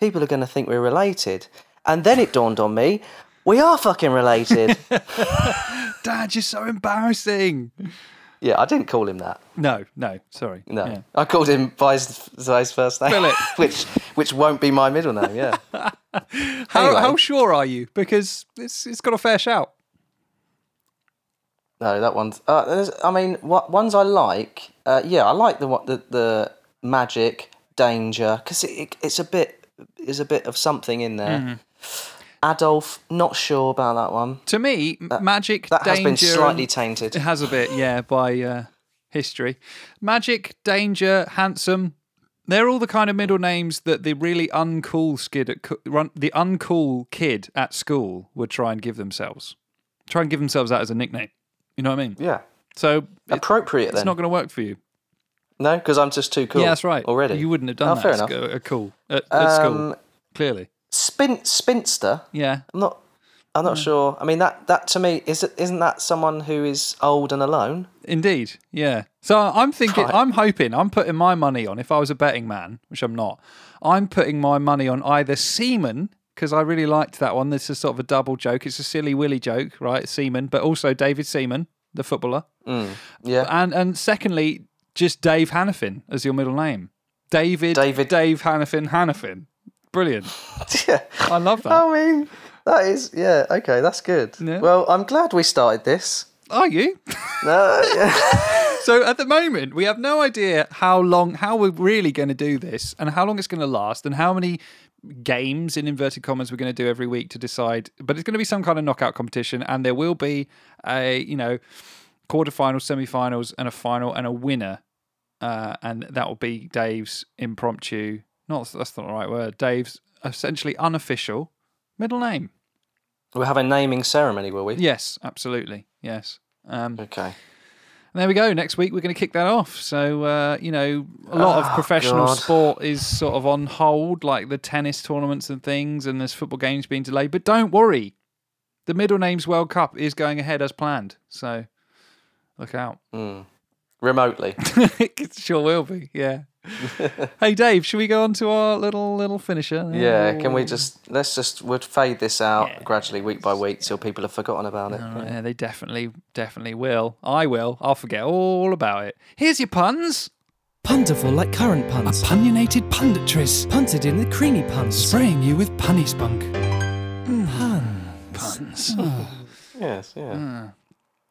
S2: people are going to think we're related. And then it dawned on me, we are fucking related.
S1: Dad, you're so embarrassing. (laughs)
S2: yeah, I didn't call him that.
S1: No, no, sorry.
S2: No,
S1: Yeah.
S2: I called him by his, by his first name,
S1: Philip.
S2: (laughs) which which won't be my middle name. Yeah.
S1: How,
S2: (laughs) Anyway.
S1: how sure are you? Because it's it's got a fair shout.
S2: No, that one's. Uh, there's, I mean, what ones I like? Uh, yeah, I like the one- the, the magic danger because it, it, it's a bit there's a bit of something in there.
S1: Mm-hmm.
S2: Adolf, not sure about that one.
S1: To me, m- magic
S2: Uh, That
S1: danger
S2: has been slightly
S1: and-
S2: tainted.
S1: It (laughs) has a bit, yeah, by uh, history. Magic, danger, handsome. They're all the kind of middle names that the really uncool kid at co- run, the uncool kid at school would try and give themselves. Try and give themselves that as a nickname. You know what I mean?
S2: Yeah,
S1: So it's
S2: appropriate then.
S1: not going to work for you.
S2: No, because I'm just too cool.
S1: Yeah, that's right.
S2: Already,
S1: you wouldn't have done
S2: Oh,
S1: that
S2: Fair
S1: at,
S2: enough.
S1: sco- at cool at, at school.
S2: Um,
S1: Clearly,
S2: Spin, spinster.
S1: yeah.
S2: I'm not. I'm
S1: Mm.
S2: not sure. I mean, that that to me is it- isn't that someone who is old and alone?
S1: Indeed, yeah. So I'm thinking,
S2: Right.
S1: I'm hoping, I'm putting my money on. If I was a betting man, which I'm not, I'm putting my money on either Seaman because I really liked that one. This is sort of a double joke. It's a silly willy joke, right? Seaman, but also David Seaman, the footballer,
S2: Yeah.
S1: and and secondly, just Dave Hannafin as your middle name, David
S2: David-
S1: Dave Hannafin Hannafin. Brilliant.
S2: (laughs) yeah.
S1: I love that.
S2: I mean, that is yeah. Okay, that's good.
S1: uh, Yeah.
S2: Well, I'm glad we started this.
S1: Are you?
S2: No,
S1: So at the moment, we have no idea how long, how we're really going to do this, and how long it's going to last, and how many games in inverted commas we're going to do every week to decide. But it's going to be some kind of knockout competition, and there will be a you know quarterfinals, semi-finals, and a final, and a winner, uh, and that will be Dave's impromptu. Not that's not the right word. Dave's essentially unofficial middle name.
S2: we'll have a naming ceremony, will we?
S1: Yes, absolutely. Yes. Um,
S2: Okay.
S1: and there we go. Next week we're going to kick that off. So uh, you know, a lot of professional
S2: Ah, God.
S1: sport is sort of on hold, like the tennis tournaments and things, and there's football games being delayed. But don't worry, the Middle Names World Cup is going ahead as planned. So look out.
S2: Mm.
S1: (laughs)
S2: Remotely. (laughs)
S1: it sure will be. Yeah. hey, Dave, should we go on to our little little finisher? Oh,
S2: Yeah, can we just let's just we'll fade this out gradually week by week till people have forgotten about it.
S1: Right, yeah, they definitely, definitely will. I will. I'll forget all about it. Here's your puns.
S8: Punterful like current puns.
S1: Punionated punditris,
S8: Punted in the creamy puns.
S1: spraying you with punny spunk. Puns. Puns.
S2: Yes, yeah.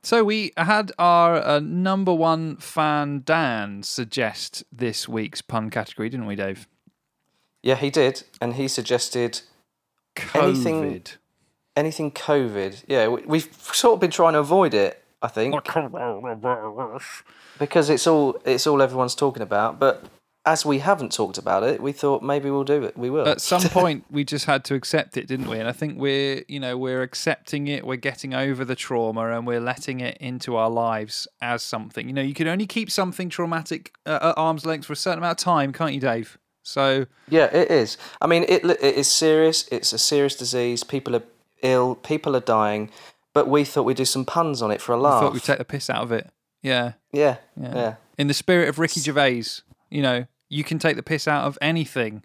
S1: So we had our uh, number one fan Dan suggest this week's pun category, didn't we, Dave?
S2: Yeah, he did, and he suggested Anything-
S1: COVID.
S2: anything COVID. Yeah, we, we've sort of been trying to avoid it. I think because it's all it's all everyone's talking about. But as we haven't talked about it, we thought maybe we'll do it. We will.
S1: At some point, we just had to accept it, didn't we? And I think we're, you know, we're accepting it. We're getting over the trauma, and we're letting it into our lives as something. You know, you can only keep something traumatic uh, at arm's length for a certain amount of time, can't you, Dave? So
S2: Yeah, it is. I mean, it it is serious. It's a serious disease. People are ill. People are dying. But we thought we'd do some puns on it for a
S1: I
S2: laugh.
S1: thought we'd take the piss out of it. Yeah.
S2: yeah,
S1: Yeah.
S2: Ah. yeah,
S1: In the spirit of Ricky Gervais, you know, you can take the piss out of anything.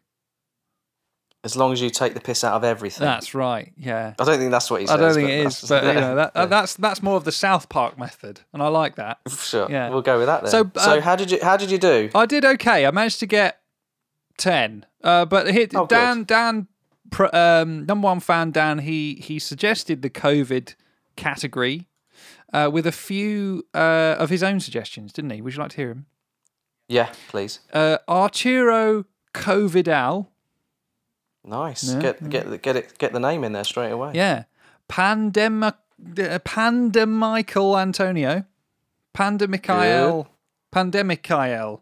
S2: As long as you take the piss out of everything.
S1: That's right. Yeah.
S2: I don't think that's what he
S1: I
S2: says.
S1: don't think
S2: but
S1: it is,
S2: that's-
S1: but you
S2: yeah,
S1: know, that,
S2: (laughs) yeah.
S1: that's that's more of the South Park method, and I like
S2: (laughs)
S1: that.
S2: sure.
S1: yeah.
S2: We'll go with that then.
S1: So,
S2: So,
S1: uh, Oh.
S2: how did you how did you do?
S1: I did okay. I managed to get ten. Uh, but here,
S2: Oh, good.
S1: Dan, Dan, pr- um, number one fan Dan, he he suggested the COVID category uh, with a few uh, of his own suggestions, didn't he? Would you like to hear him?
S2: Yeah, please.
S1: Uh, Arturo Covidal,
S2: Nice. Get get the- get it get the name in there straight away.
S1: yeah, Pandemic, Pandemichael Antonio, Pandemichael, Pandemichael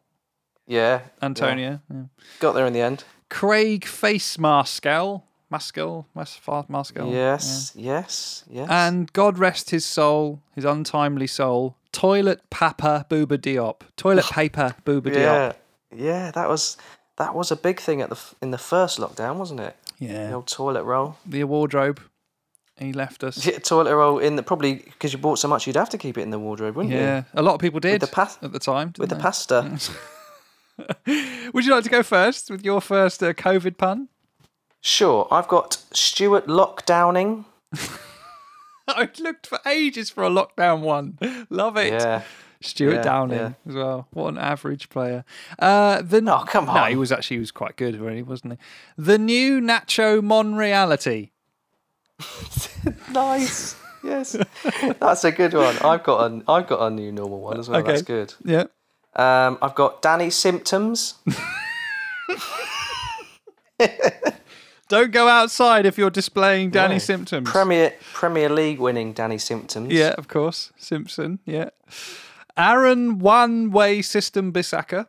S2: Yeah.
S1: Antonio. yeah.
S2: yeah. Got there in the end.
S1: Craig Face Maskell. Maskell? Mas- Fa- Maskell?
S2: Yes. Yes. Yes.
S1: Yeah. And God rest his soul, his untimely soul, Toilet Papa Booba Diop.
S2: (laughs)
S1: Toilet Paper Booba
S2: yeah.
S1: Diop.
S2: Yeah, that was that was a big thing at the f- in the first lockdown, wasn't it?
S1: Yeah.
S2: The old toilet roll. (laughs)
S1: The wardrobe. He left us. Yeah.
S2: Yeah, toilet roll in the probably because you bought so much you'd have to keep it in the wardrobe, wouldn't you?
S1: A lot of people did
S2: the pas-
S1: at the time.
S2: With the
S1: didn't
S2: pasta.
S1: they? (laughs) Would you like to go first with your first uh, COVID pun? (laughs)
S2: sure. I've got Stuart lockdowning.
S1: I looked for ages for a lockdown one. Love it.
S2: Yeah.
S1: Stuart
S2: Yeah,
S1: Downing
S2: yeah.
S1: as well. What an average player. Uh, the,
S2: Oh, come
S1: No,
S2: on.
S1: he was actually he was quite good, really, wasn't he? The new Nacho Mon reality.
S2: Nice. (laughs) yes. That's a good one. I've got a I've got a new normal one as well. Oh, That's good.
S1: Yeah.
S2: Um, I've got Danny symptoms.
S1: Don't go outside if you're displaying Danny
S2: No.
S1: symptoms.
S2: Premier Premier League winning Danny symptoms.
S1: yeah, of course. Simpson. Yeah. Aaron one way system Bissaka.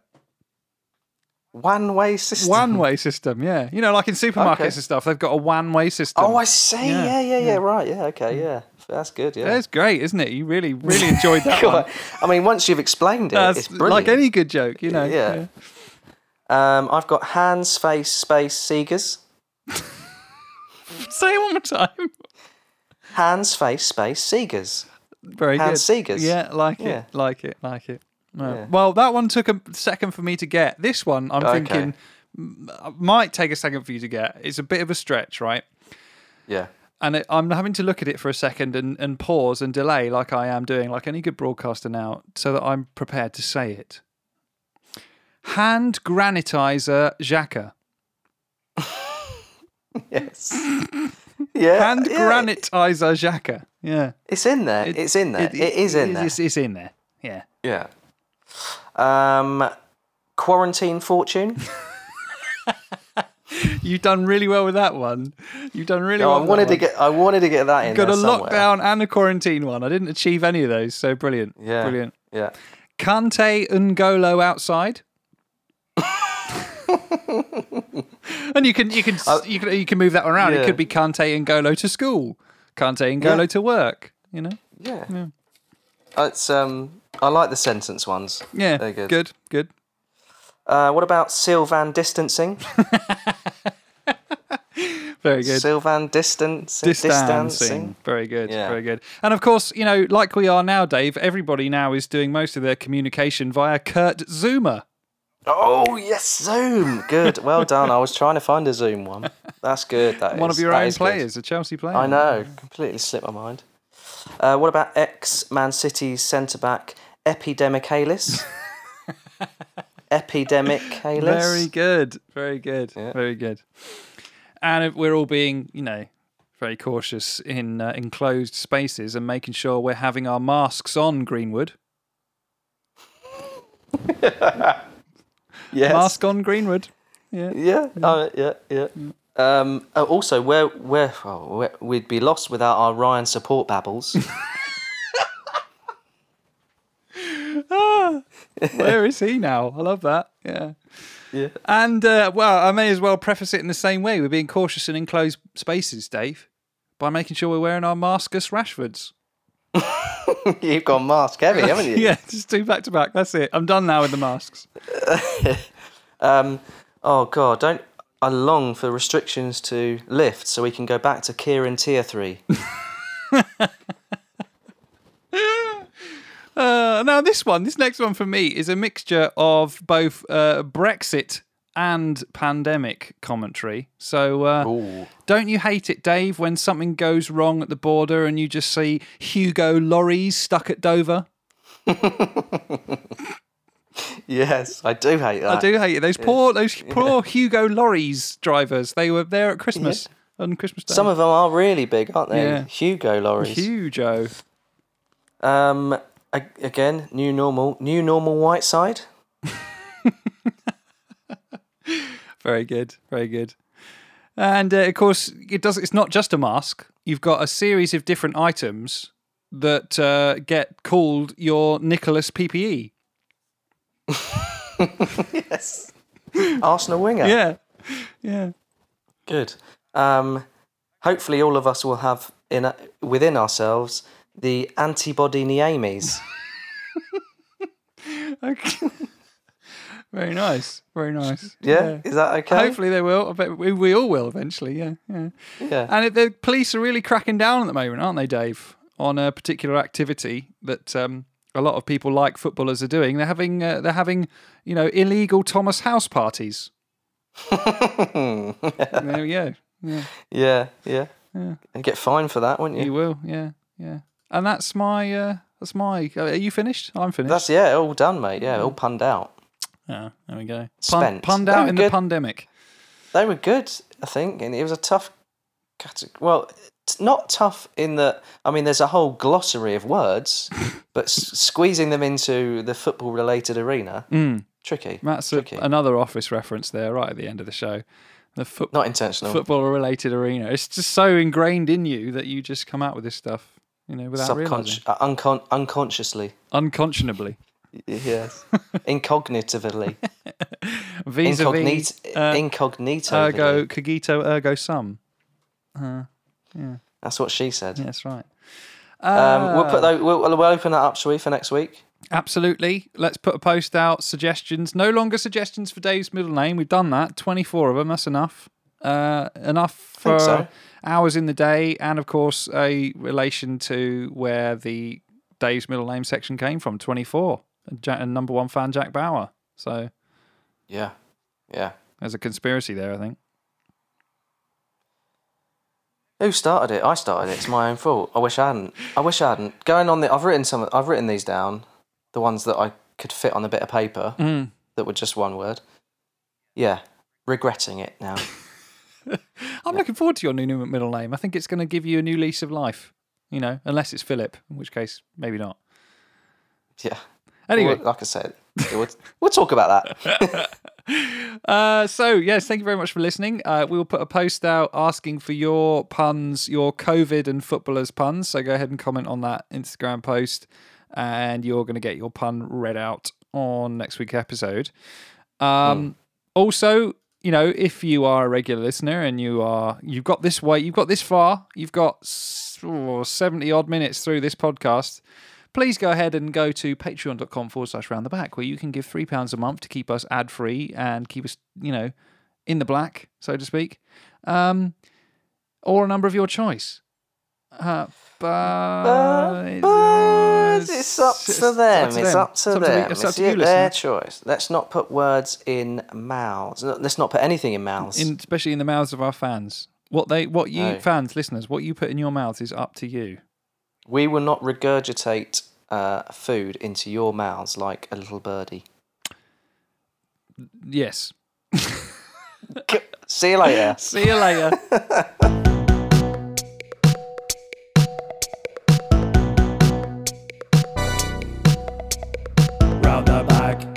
S2: One way system.
S1: One way system. Yeah. You know, like in supermarkets
S2: Okay.
S1: and stuff, they've got a one way system.
S2: Oh, I see. Yeah. yeah, yeah, Right. Yeah. Okay. Yeah. That's good. Yeah.
S1: That's great, isn't it? You really, really enjoyed
S2: (laughs)
S1: that
S2: God,
S1: one.
S2: I mean, once you've explained it,
S1: That's
S2: it's brilliant.
S1: like any good joke, you know.
S2: Yeah. um, I've got hands, face, space, seekers.
S1: (laughs) Say it one more time.
S2: Hands, face, space, seekers.
S1: Very
S2: Hans
S1: good.
S2: Seegers.
S1: Yeah, like
S2: Yeah.
S1: it, like it, like it. No.
S2: Yeah.
S1: Well, that one took a second for me to get. This one, I'm
S2: Okay.
S1: thinking m- might take a second for you to get. It's a bit of a stretch, right?
S2: Yeah.
S1: And it, I'm having to look at it for a second and, and pause and delay, like I am doing, like any good broadcaster now, so that I'm prepared to say it. Hand granitizer Xhaka.
S2: Yes. (laughs) yeah.
S1: Hand
S2: Uh, yeah,
S1: granitizer Xhaka. Yeah.
S2: It's in there.
S1: It-
S2: it's in there. it is in there.
S1: It's, it's in there. Yeah.
S2: Yeah. Um,
S1: (laughs)
S2: quarantine fortune.
S1: You've done really well with that one. You've done really
S2: No,
S1: well.
S2: I
S1: with
S2: wanted
S1: that
S2: to
S1: one.
S2: get. I wanted to get that in.
S1: got a
S2: there somewhere.
S1: lockdown and a quarantine one. I didn't achieve any of those, so brilliant.
S2: Yeah.
S1: Brilliant.
S2: Yeah.
S1: Kante Ngolo outside. and you can you can, you can you can move that one around. It
S2: Uh, yeah.
S1: could be Kante Ngolo to school, Kante Ngolo
S2: Yeah.
S1: to work, you know.
S2: Yeah. It's um. I like the sentence ones.
S1: Yeah.
S2: They're good.
S1: good, good.
S2: Uh, what about Sylvan distancing?
S1: Very good.
S2: Sylvan distance
S1: distancing. Very good.
S2: Yeah.
S1: Very good. And of course, you know, like we are now, Dave, everybody now is doing most of their communication via Kurt Zuma.
S2: Oh yes, Zoom. Good. Well done. I was trying to find a Zoom one. That's good. That
S1: One
S2: is.
S1: of your
S2: That
S1: own
S2: is good.
S1: players, a Chelsea player.
S2: I know. Completely slipped my mind. Uh, what about ex Man City centre back
S1: (laughs)
S2: Epidemicalis? Epidemicalis.
S1: Very good. Very good.
S2: Yeah.
S1: Very good. And if we're all being, you know, very cautious in uh, enclosed spaces and making sure we're having our masks on, Greenwood.
S2: Yes.
S1: Mask on, Greenwood.
S2: Yeah, uh, yeah, yeah. Um, uh, also, where where oh, where- we'd be lost without our Ryan
S1: (laughs)
S2: support babbles. (laughs)
S1: Ah, Where is he now? I love that. Yeah.
S2: Yeah.
S1: And, uh, well, I may as well preface it in the same way. We're being cautious in enclosed spaces, Dave, by making sure we're wearing our maskus Rashfords.
S2: You've gone mask heavy, haven't
S1: (laughs)
S2: you?
S1: Yeah, just do back to back. That's it. I'm done now with the masks.
S2: Oh god, don't. I long for restrictions to lift so we can go back to Kieran tier
S1: (laughs)
S2: three.
S1: Uh, now, this one, this next one for me is a mixture of both uh, Brexit and pandemic commentary. So, uh, don't you hate it, Dave, when something goes wrong at the border and you just see Hugo lorries stuck at Dover?
S2: yes, I do hate that.
S1: I do hate it. Those poor, those poor Hugo lorries drivers. They were there at Christmas on Christmas Day.
S2: Some of them are really big, aren't they?
S1: Yeah.
S2: Hugo lorries.
S1: Hugo.
S2: um, a- again, new normal, new normal Whiteside.
S1: Very good, very good. And uh, of course, it does. It's not just a mask. You've got a series of different items that uh, get called your Nicholas E. PPE.
S2: Arsenal winger.
S1: Yeah, (laughs) yeah.
S2: Good. Um, hopefully, all of us will have in within ourselves the antibody
S1: (laughs)
S2: Niamis.
S1: Okay. (laughs) very nice, very nice.
S2: Yeah, is that okay?
S1: Hopefully they will. I bet we, we all will eventually. Yeah, yeah.
S2: Yeah.
S1: And it, the police are really cracking down at the moment, aren't they, Dave? On a particular activity that um, a lot of people, like footballers, are doing. They're having uh, they're having you know illegal Thomas House
S2: (laughs)
S1: parties. there we go.
S2: yeah, yeah, You get fined for that, wouldn't you?
S1: You will. Yeah, yeah. And that's my uh, that's my. Are you finished? I'm finished.
S2: That's yeah, all done, mate. Yeah, all punned out.
S1: yeah, there we go. Pun,
S2: Spent.
S1: punned
S2: Very
S1: out in the
S2: good.
S1: pandemic.
S2: They were good, I think, and it was a tough. cate- Well, it's not tough in that. I mean, there's a whole glossary
S1: (laughs)
S2: of words, but s- squeezing them into the football-related arena, tricky.
S1: Mm. That's a,
S2: tricky.
S1: another office reference there, right at the end of the show. The foot,
S2: not intentional.
S1: football related arena. It's just so ingrained in you that you just come out with this stuff, you know, without realizing.
S2: Subconscious, uh, uncon- unconsciously.
S1: Unconscionably.
S2: Yes.
S1: (laughs)
S2: Incognitively.
S1: Vis a vis.
S2: Incognito. incognito.
S1: uh, Ergo cogito, ergo sum.
S2: That's what she said.
S1: That's right.
S2: Um, we'll put
S1: Ah.
S2: those, we'll, we'll open that up, shall we, for next week?
S1: Absolutely. Let's put a post out. Suggestions. No longer suggestions for Dave's middle name. We've done that. 24 of them. That's enough. Uh, enough for
S2: Think so.
S1: hours in the day. And of course, a relation to where the Dave's middle name section came from 24. And Ja- And number one fan, Jack Bauer. So
S2: Yeah. Yeah.
S1: there's a conspiracy there, I think.
S2: Who started it? I started it. It's my own fault. I wish I hadn't. I wish I hadn't. Going on the, I've written some. I've written these down, the ones that I could fit on a bit of paper
S1: Mm.
S2: that were just one word. Yeah, regretting it now. (laughs)
S1: I'm looking forward to your new new middle name. I think it's going to give you a new lease of life, you know, unless it's Philip, in which case, maybe not.
S2: yeah.
S1: Anyway,
S2: Well, like I said, we'll, we'll talk about
S1: (laughs)
S2: that.
S1: uh, so yes, thank you very much for listening. Uh, we will put a post out asking for your puns, your COVID and footballers puns. So go ahead and comment on that Instagram post, and you're going to get your pun read out on next week's episode. Um, Also, you know, if you are a regular listener and you are you've got this way, you've got this far, you've got s- oh, seventy odd minutes through this podcast. Please go ahead and go to patreon.com forward slash round the back, where you can give three pounds a month to keep us ad free and keep us, you know, in the black, so to speak, um, or a number of your choice. But,
S2: But it's up to them. It's up to
S1: It's
S2: them.
S1: me- It's
S2: It's,
S1: up to
S2: y-
S1: you, listener.
S2: their choice. Let's not put words in mouths. No, Let's not put anything in mouths.
S1: In, especially in the mouths of our fans. What they, what you
S2: No.
S1: fans, listeners, what you put in your mouths is up to you.
S2: we will not regurgitate uh, food into your mouths like a little birdie.
S1: Yes.
S2: See
S1: (laughs)
S2: you later.
S1: See you later.
S8: Round the back.